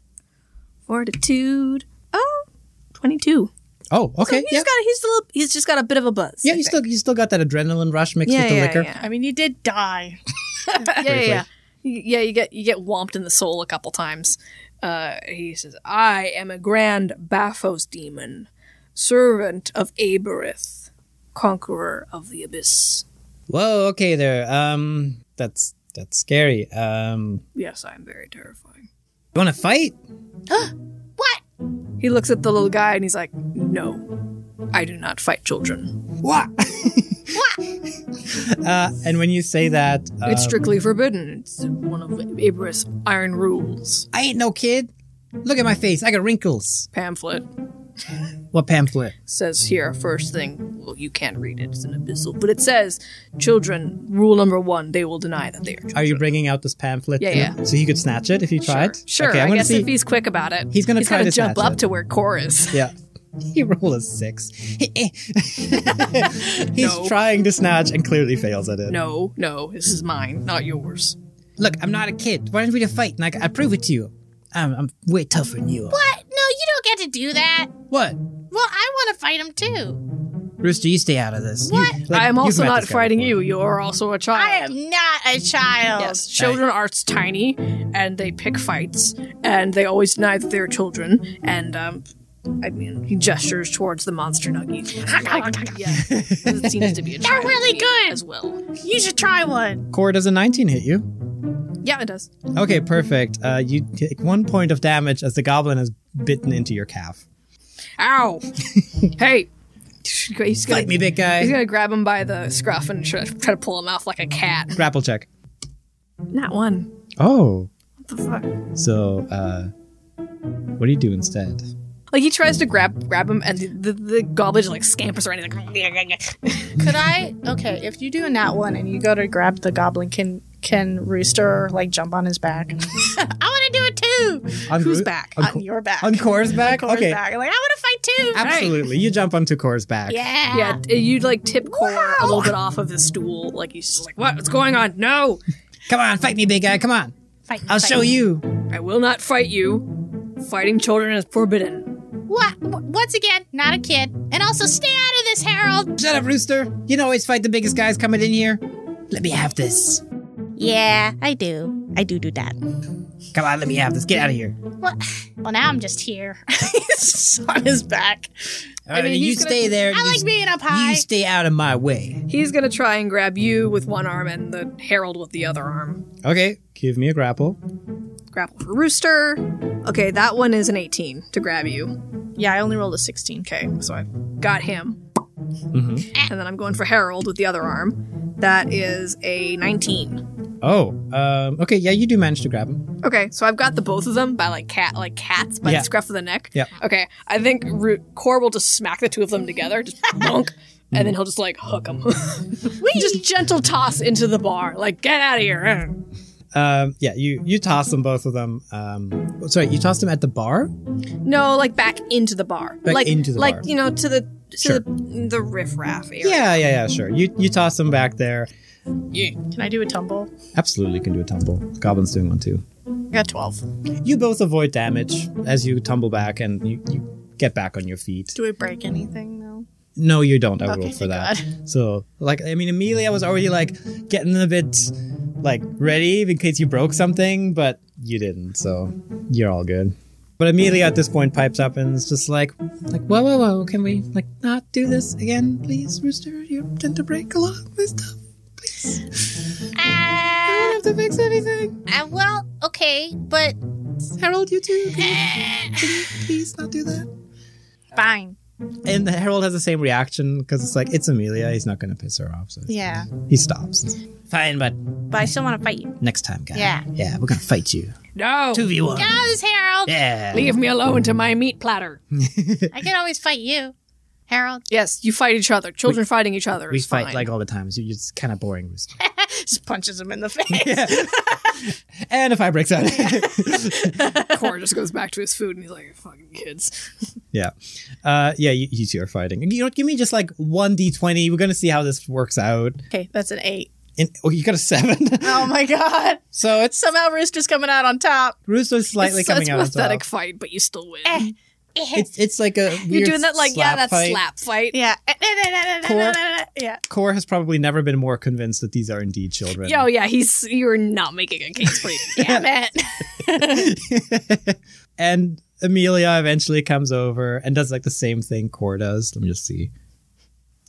Fortitude. Oh, 22.
Oh, okay.
He's
yeah.
got. He's still. He's just got a bit of a buzz.
yeah, you
I think.
still you still got that adrenaline rush mixed
Yeah,
with the
yeah,
liquor.
yeah.
I mean, you did die.
yeah, yeah,
briefly.
yeah. Y- Yeah, you get you get whomped in the soul a couple times. Uh, he says, "I am a grand Baphos demon, servant of Aberith, conqueror of the abyss.
Whoa, okay there. Um that's that's scary. Um
Yes, I am very terrifying."
you wanna fight?
He looks at the little guy and he's like, "No, I do not fight children.
What? uh, and when you say that, uh,
it's strictly forbidden. It's one of Aberith's iron rules."
I ain't no kid. Look at my face. I got wrinkles.
Pamphlet
What pamphlet?
says here first thing well you can't read it it's an abyssal but it says children rule number one they will deny that they are children.
Are you bringing out this pamphlet?
Yeah, yeah.
So you could snatch it if you tried.
Sure,
Okay, I'm
I
gonna
guess
see.
if he's quick about it,
He's gonna
he's
try
gotta
to
jump
snatch
up
it.
to where Cora is.
Yeah. He rolled a six. eh. He's
No.
trying to snatch and clearly fails at it.
No, no, this is mine, not yours.
Look, I'm not a kid. Why don't we just fight? And I, I prove it to you. I'm, I'm way tougher than you. are.
What? No, you don't get to do that.
What?
Well, I want to fight him too.
Rooster, you stay out of this. What?
I am also not fighting you. You are also a child.
I am not a child.
Yes, children are tiny, and they pick fights, and they always deny that they're children. And um, I mean, he gestures towards the monster nugget. yeah, 'cause it seems to be a child.
really
to me
good.
as well.
You should try one.
Core does a 19 hit you?
Yeah, it does.
Okay, perfect. Uh, you take one point of damage as the goblin is bitten into your calf.
Ow! hey, he's gonna,
Fight me, big
he's
guy.
gonna grab him by the scruff and try, try to pull him off like a cat.
Grapple check.
Not one.
Oh.
What the fuck?
So, uh, what do you do instead?
Like he tries to grab grab him, and the, the, the goblin just like scampers around. He's like,
Could I? Okay, if you do a nat one and you go to grab the goblin, can can Rooster like jump on his back?
I want to do it too.
On
"Who's
Ru-
back?"
On,
on
Co-
your back.
on Core's back?
Cora's
okay.
back. Like,
I want to fight too.
Absolutely. You jump onto Core's back.
yeah.
yeah, t- you like tip Cora a little bit off of his stool. Like he's just like, "What? What's going on? No,
Come on, fight me, big guy. Come on.
Fight,
I'll
fight.
show you.
I will not fight you. Fighting children is forbidden."
What? w- Once again, not a kid. And also, stay out of this, Harold.
Shut up, Rooster. You can always fight the biggest guys coming in here. Let me have this.
Yeah, I do. I do do that.
Come on, let me have this. Get out of here.
Well, well now I'm just here.
He's just on his back.
All right,
mean,
you
he's gonna-
stay there.
I
you,
like being up high.
you stay out of my way.
He's gonna try and grab you with one arm and the herald with the other arm.
Okay, give me a grapple.
Grapple for rooster. Okay, that one is an 18 to grab you.
Yeah, I only rolled a sixteen.
Okay, so I got him. And then I'm going for Harold with the other arm. That is a 19.
Oh, um, okay, yeah, you do manage to grab him.
Okay, so I've got the both of them by like cat, like cats by
Yeah.
the scruff of the neck.
Yeah.
Okay, I think Root Core will just smack the two of them together, just bonk, and then he'll just like hook them. just gentle toss into the bar, like get out of here.
Um, yeah, you you toss them both of them. Um, sorry, you toss them at the bar.
No, like back into the bar,
Back
like
into the
like
bar.
you know to the to
Sure.
the, the riffraff area.
Yeah, yeah, yeah, sure. You you toss them back there.
Can I do a tumble?
Absolutely, can do a tumble. Goblin's doing one too.
I got twelve.
You both avoid damage as you tumble back and you, you get back on your feet.
Do we break anything though?
No, you don't. I rolled
Okay,
for
thank
that. So, like, I mean, immediately I was already like getting a bit like ready in case you broke something, but you didn't. So you're all good. But Amelia at this point pipes up and is just like, like, whoa, whoa, whoa, can we like not do this again, please, Rooster? You tend to break a lot of my stuff. I
Uh,
don't have to fix anything.
uh, well, okay, but
Harold, you too. Can you, can you please not do that?
Fine.
And
Mm.
Harold has the same reaction because it's like it's Amelia. He's not going to piss her off. So
Yeah,
he stops. Fine, but
but I still want to fight you.
next time, guys.
Yeah.
Yeah, we're gonna fight you.
No,
2v1.
get out of this, Harold.
Yeah.
Oh, leave me alone to my meat platter.
I can always fight you, Harold.
Yes, you fight each other. Children fighting each other.
We
is
fight
fine.
like all the time. So you're just kind of boring.
just punches him in the face.
and if I breaks out.
Cora just goes back to his food and he's like, fucking kids.
yeah. Uh, yeah, you, you two are fighting. You know, give me just like 1d20. We're going to see how this works out.
Okay, that's an eight.
And, oh, you got a seven.
Oh my god!
so it's
Somehow Rooster's coming out on top.
Rooster's slightly
it's
coming
such
out.
a
as well.
pathetic fight, but you still win.
It's, it's like a.
You're doing that like, yeah,
that's
that
fight.
slap fight.
Yeah.
Core.
Yeah.
Core has probably never been more convinced that these are indeed children.
Yo, yeah, he's you're not making a case for you. Damn it.
and Amelia eventually comes over and does like the same thing Core does. Let me just see.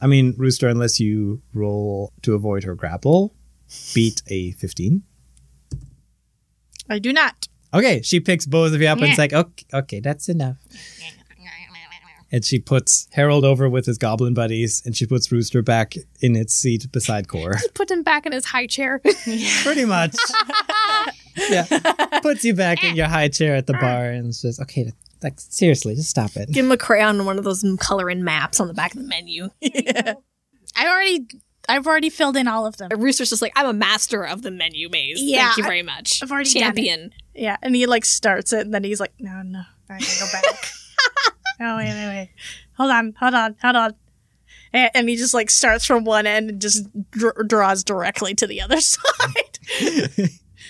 I mean, Rooster, unless you roll to avoid her grapple, beat a 15.
I do not.
Okay, she picks both of you up and it's like, okay, okay, that's enough. And she puts Harold over with his goblin buddies and she puts Rooster back in its seat beside Core.
Put him back in his high chair.
Pretty much. yeah. Puts you back in your high chair at the bar and says, okay, like, seriously, just stop it.
Give him a crayon and one of those color in maps on the back of the menu.
I already. I've already filled in all of them.
Rooster's just like, I'm a master of the menu maze.
Yeah,
Thank you very much.
I've already done it.
Champion.
Yeah, and he like starts it, and then he's like, "No, no, I gotta go back." no, wait, wait, wait. Hold on, hold on, hold on. And, and he just like starts from one end and just dr- draws directly to the other side.
They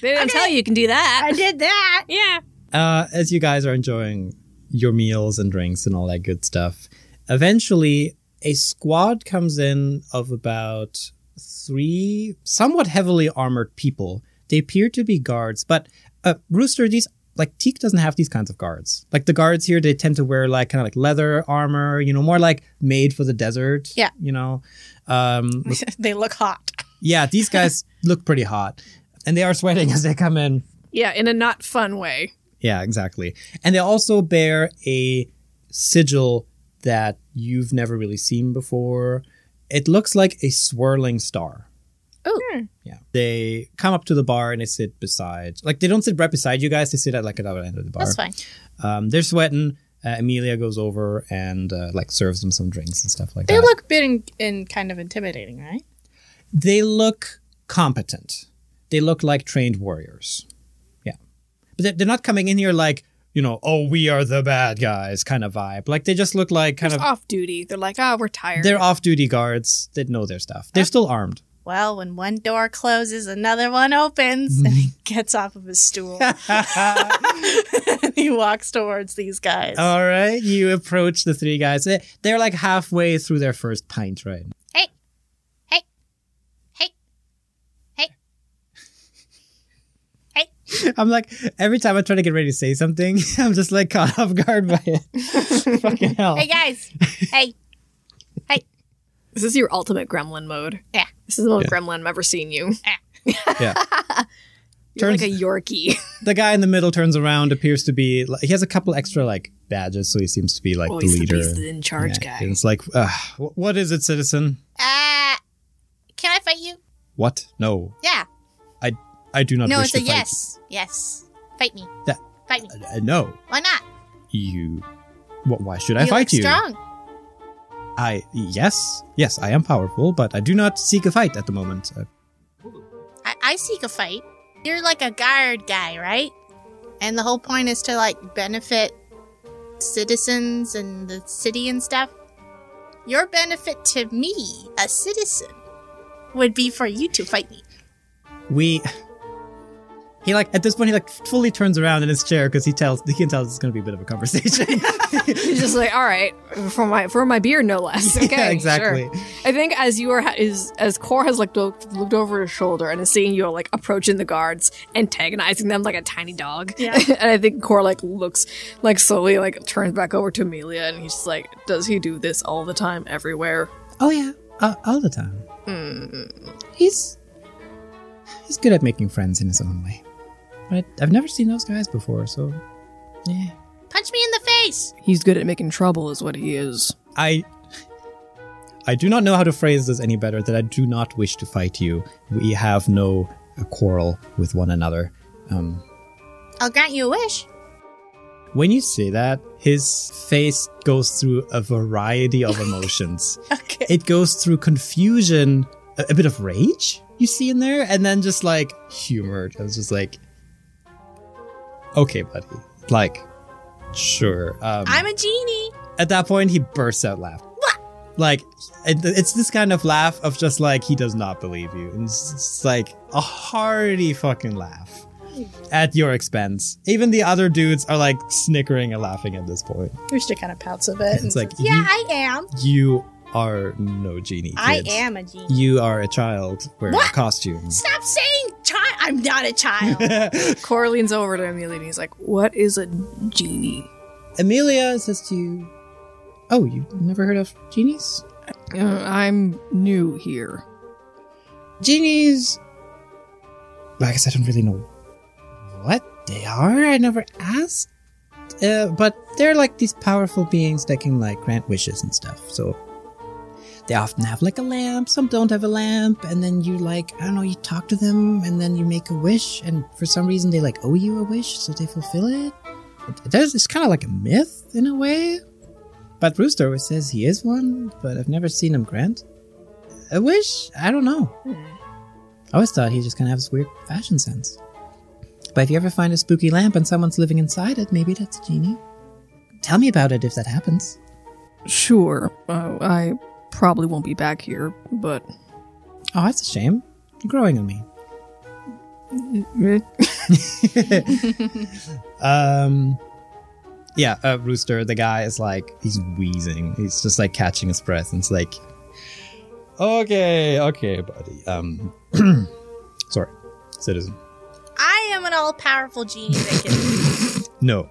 didn't tell you you can do that.
I did that.
yeah.
uh, as you guys are enjoying your meals and drinks and all that good stuff, eventually a squad comes in of about three somewhat heavily armored people. They appear to be guards, but uh, Rooster, these like Teak doesn't have these kinds of guards. Like the guards here, they tend to wear like kind of like leather armor, you know, more like made for the desert.
Yeah.
you know, um,
they look hot.
yeah, these guys look pretty hot, and they are sweating as they come in.
Yeah, in a not fun way.
Yeah, exactly. And they also bear a sigil that you've never really seen before. It looks like a swirling star.
Oh.
Hmm.
Yeah. They come up to the bar and they sit beside, like, they don't sit right beside you guys. They sit at, like, another end of the bar.
That's fine.
Um, they're sweating. Uh, Amelia goes over and, uh, like, serves them some drinks and stuff like
They
that.
look big and, and kind of intimidating, right?
they look competent. They look like trained warriors. Yeah. But they- they're not coming in here like, you know, oh, we are the bad guys kind of vibe. Like, they just look like kind
Just
of.
off duty. They're like, ah, we're tired.
They're off duty guards that know their stuff. They're still armed.
Well, when one door closes, another one opens, and he gets off of his stool and he walks towards these guys.
All right. You approach the three guys. They- They're like halfway through their first pint, right? I'm like, every time I try to get ready to say something, I'm just like caught off guard by it. Fucking hell.
Hey guys. hey.
this is your ultimate gremlin mode.
Yeah.
This is the most gremlin I've ever seen you. Eh.
Yeah.
You're
Turns-
like a Yorkie.
the guy in the middle turns around appears to be like, he has a couple extra like badges so he seems to be like the
Always Oh, the
leader
beast in charge
Yeah,
guy.
and it's like uh, what is it citizen
Uh can I fight you?
what no
Yeah.
i i do not
no,
wish
it's a
to fight
yes. Yes. Fight me.
That-
fight me.
Uh, no
Why not?
you wh- why should i
you
fight
look
you
strong.
i yes yes i am powerful but i do not seek a fight at the moment uh,
I, I seek a fight. You're like a guard guy, right? And the whole point is to like benefit citizens and the city and stuff. Your benefit to me, a citizen, would be for you to fight me.
we he like at this point he like fully turns around in his chair because he tells he can tell it's going to be a bit of a conversation
He's just like, all right, for my for my beer, no less. Okay,
yeah
sure.
exactly
I think as you are is as Core has like looked, looked over his shoulder and is seeing you like approaching the guards, antagonizing them like a tiny dog.
Yeah.
and I think Core like looks like slowly like turns back over to Amelia and he's just like, does he do this all the time, everywhere?
Oh yeah, uh, all the time.
Hmm.
He's he's good at making friends in his own way. But I've never seen those guys before, so yeah.
Punch me in the face.
He's good at making trouble, is what he is.
I I do not know how to phrase this any better. That I do not wish to fight you. We have no uh, quarrel with one another. Um,
I'll grant you a wish.
when you say that, his face goes through a variety of emotions.
Okay.
It goes through confusion, a, a bit of rage, you see in there, and then just like humored. I was just like, okay, buddy, like, sure. Um,
I'm a genie.
at that point, he bursts out laughing. Like, it, it's this kind of laugh of just like, he does not believe you. And it's, it's like a hearty fucking laugh at your expense. Even the other dudes are like snickering and laughing at this point.
Rooster kind of pouts a bit.
It's like,
Yeah, I am.
you, you are no genie.
I
kid.
am a genie.
You are a child wearing a
What?
costume.
Stop saying child. I'm not a child.
Cora leans over to Amelia and he's like, What is a genie?
Amelia says to you, Oh, you've never heard of genies?
Uh, I'm new here.
Genies. Like I said, I don't really know what they are. I never asked. Uh, but they're like these powerful beings that can like grant wishes and stuff. So they often have like a lamp. Some don't have a lamp, and then you like I don't know. You talk to them, and then you make a wish, and for some reason they like owe you a wish, so they fulfill it. It- it does- It's kind of like a myth in a way. But Rooster always says he is one, but I've never seen him grant a wish. I don't know. I always thought he just kind of has this weird fashion sense. But if you ever find a spooky lamp and someone's living inside it, maybe that's a genie. Tell me about it if that happens.
Sure, uh, I probably won't be back here, but
Oh, that's a shame. You're growing on me. Um, yeah, uh, Rooster, the guy is like, he's wheezing. He's just like catching his breath and it's like, okay, okay, buddy. Um, sorry, citizen.
I am an all-powerful genie that can.
No,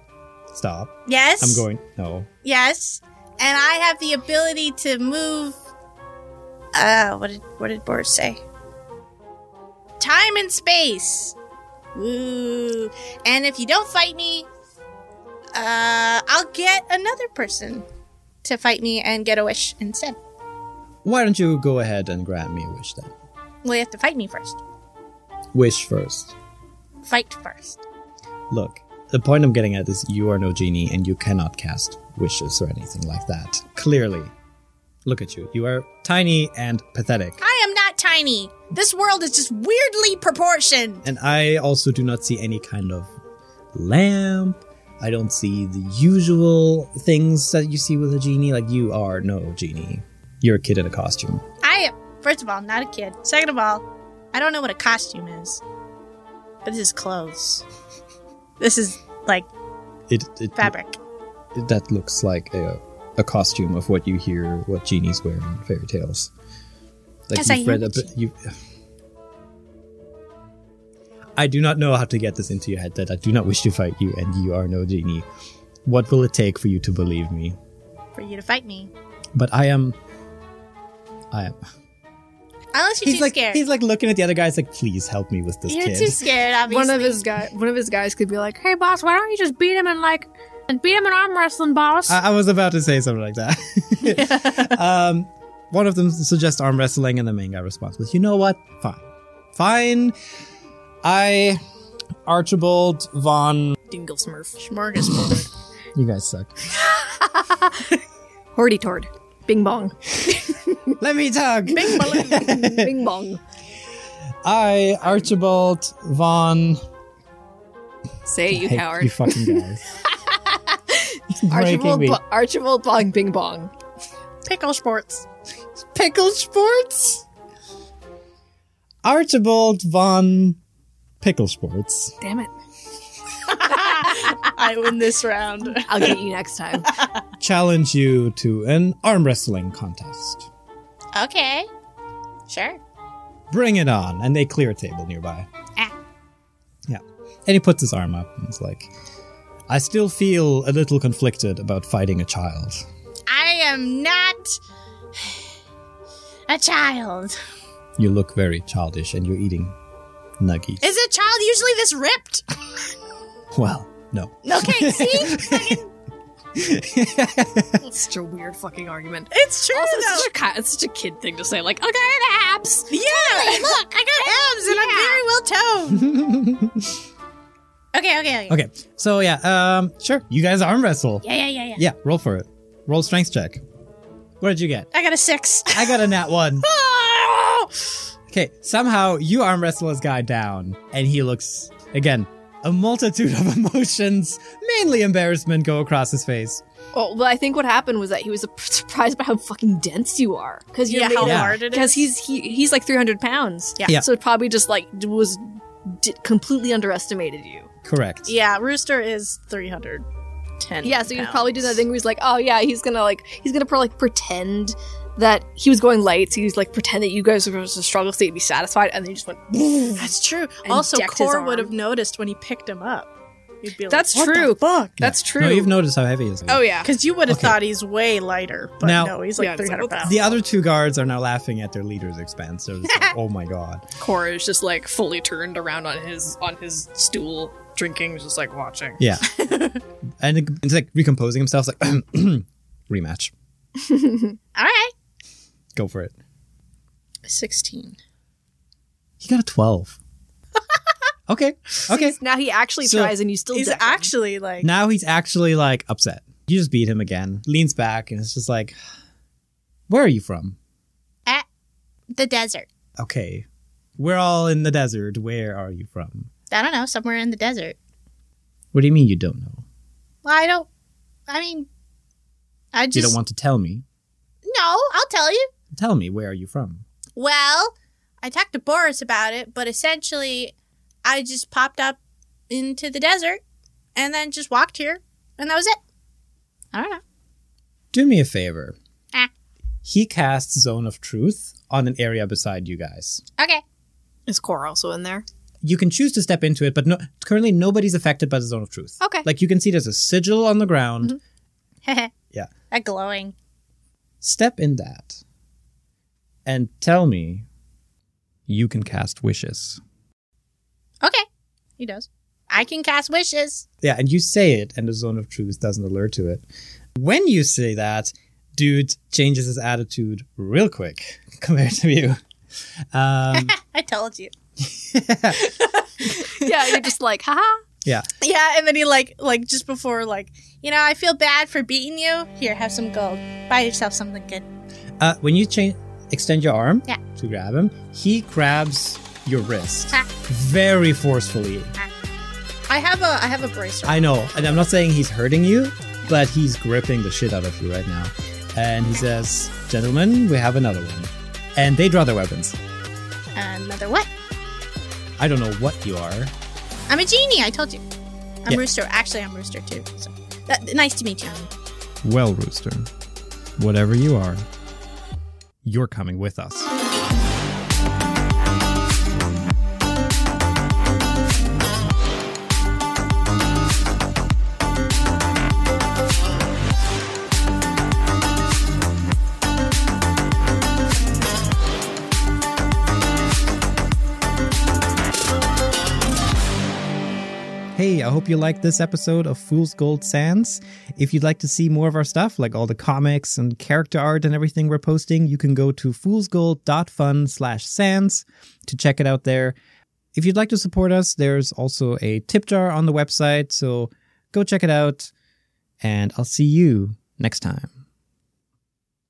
stop.
Yes.
I'm going, no.
Yes, and I have the ability to move. Uh, what did what did Boris say? Time and space. Ooh, and if you don't fight me, uh, I'll get another person to fight me and get a wish instead.
Why don't you go ahead and grant me a wish then?
Well, you have to fight me first.
Wish first.
Fight first.
Look, the point I'm getting at is you are no genie and you cannot cast wishes or anything like that. Clearly. Look at you. You are tiny and pathetic.
I am not tiny. This world is just weirdly proportioned.
And I also do not see any kind of lamp. I don't see the usual things that you see with a genie. Like, you are no genie. You're a kid in a costume.
I am, first of all, not a kid. Second of all, I don't know what a costume is. But this is clothes. This is like
It, it,
fabric.
that looks like a, a costume of what you hear what genies wear in fairy tales. Like
Yes, I
you've read
am a
a bit. You, I do not know how to get this into your head that I do not wish to fight you, and you are no genie. What will it take for you to believe me?
For you to fight me.
But I am. I am.
Unless you're
he's
too
like
scared.
he's like looking at the other guys like, please help me with this
You're
kid.
too scared, obviously.
One of his guy one of his guys could be like, Hey boss, why don't you just beat him and like and beat him in arm wrestling, boss?
I, I was about to say something like that. um, one of them suggests arm wrestling, and the main guy responds with, "You know what? Fine, fine. I, Archibald von,
Dingle Smurf.
Smorgasbord.
you guys suck.
Horty Tord. Bing bong.
Let me talk.
Bing bong.
I, Archibald von.
Say it, you
Hey,
coward.
you fucking guys. Breaking
Archibald,
me.
Bo- Archibald Bong Bing Bong.
Pickle sports.
Pickle Sports. Archibald von Pickle Sports.
Damn it.
I win this round.
Oh,
I'll get you next time.
Challenge you to an arm wrestling contest.
okay. Sure.
bring it on and they clear a table nearby
Ah.
yeah and he puts his arm up and it's like i still feel a little conflicted about fighting a child
I am not a child.
you look very childish and you're eating nuggies
Is a child usually this ripped?
well no
Okay, see? Fucking-
That's such a weird fucking argument.
it's true
Also,
though.
it's such, a, ki- it's such a kid thing to say. Like, okay, the abs.
Yeah, look, I got abs and I'm very well toned. okay, okay, okay.
okay so yeah um sure you guys arm wrestle
Yeah, yeah, yeah, yeah.
yeah roll for it roll strength check what did you get
I got a six.
i got a nat one Okay, somehow you arm wrestle this guy down, and he looks, again, a multitude of emotions, mainly embarrassment, go across his face.
Oh, well, I think what happened was that he was su- surprised by how fucking dense you are because you're
yeah, how
made- Yeah.
hard it is.
because he's he, he's like 300 pounds.
Yeah.
Yeah.
So it probably just like d- was d- completely underestimated you.
Correct.
yeah, Rooster is three hundred ten.
Yeah. So he was
pounds.
probably doing that thing where he's like, oh yeah, he's gonna like he's gonna probably like, pretend that he was going light. So he was like pretend that you guys were supposed to struggle so he'd be satisfied, and then he just went.
That's true.
And
Also,
decked his
Cor
arm.
would have noticed when he picked him up. You'd be like,
That's
"What the
true.
fuck.
That's true.
No, you've noticed how heavy he is.
oh yeah.
Because you would have
Okay.
thought he's way lighter, but
Now-
no, he's like
Yeah, it's like,
300
what the-
pounds.
The other two guards are now laughing at their leader's expense. They're just like, oh my god.
Cora is just like fully turned around on his on his stool, drinking, just like watching.
Yeah. and it- it's like recomposing himself. It's like, rematch.
All right.
Go for it.
16.
He got a 12. okay. Okay.
Now he actually
So-
tries, and you still.
He's
deck him.
actually like,
Now he's actually like upset. You just beat him again. Leans back and it's just like, where are you from?
The desert.
Okay. We're all in the desert. Where are you from?
I don't know, somewhere in the desert.
What do you mean you don't know?
Well, I don't. I mean, I just.
you don't want to tell me.
no, I'll tell you.
Tell me, where are you from?
Well, I talked to Boris about it, but essentially, I just popped up into the desert and then just walked here, and that was it. I don't know.
Do me a favor.
Ah.
He casts Zone of Truth on an area beside you guys.
Okay.
Is Cora also in there?
You can choose to step into it, but no, currently nobody's affected by the Zone of Truth.
Okay.
Like you can see there's a sigil on the ground. Yeah.
A glowing.
Step in that and tell me you can cast wishes.
Okay. He does. I can cast wishes.
Yeah, and you say it, and the Zone of Truth doesn't alert to it. When you say that, dude changes his attitude real quick compared to you. Um,
I told you.
yeah. You're just like, haha.
yeah.
yeah, and then he like, like just before, like,
You know, I feel bad for beating you. Here, have some gold. Buy yourself something good.
Uh, when you change, extend your arm
Yeah.
to grab him, he grabs your wrist
Ah.
very forcefully.
I have a, I have a bracer.
I know, and I'm not saying he's hurting you, but he's gripping the shit out of you right now. And he says, "Gentlemen, we have another one." And they draw their weapons.
Another what?
I don't know what you are.
I'm a genie. I told you. I'm
Yeah.
Rooster. Actually, I'm Rooster too. So, that, nice to meet you.
Well, Rooster, whatever you are, you're coming with us. Hey, I hope you liked this episode of Fool's Gold Sands. If you'd like to see more of our stuff, like all the comics and character art and everything we're posting, you can go to foolsgold.fun slash sands to check it out there. If you'd like to support us, there's also a tip jar on the website, so go check it out, and I'll see you next time.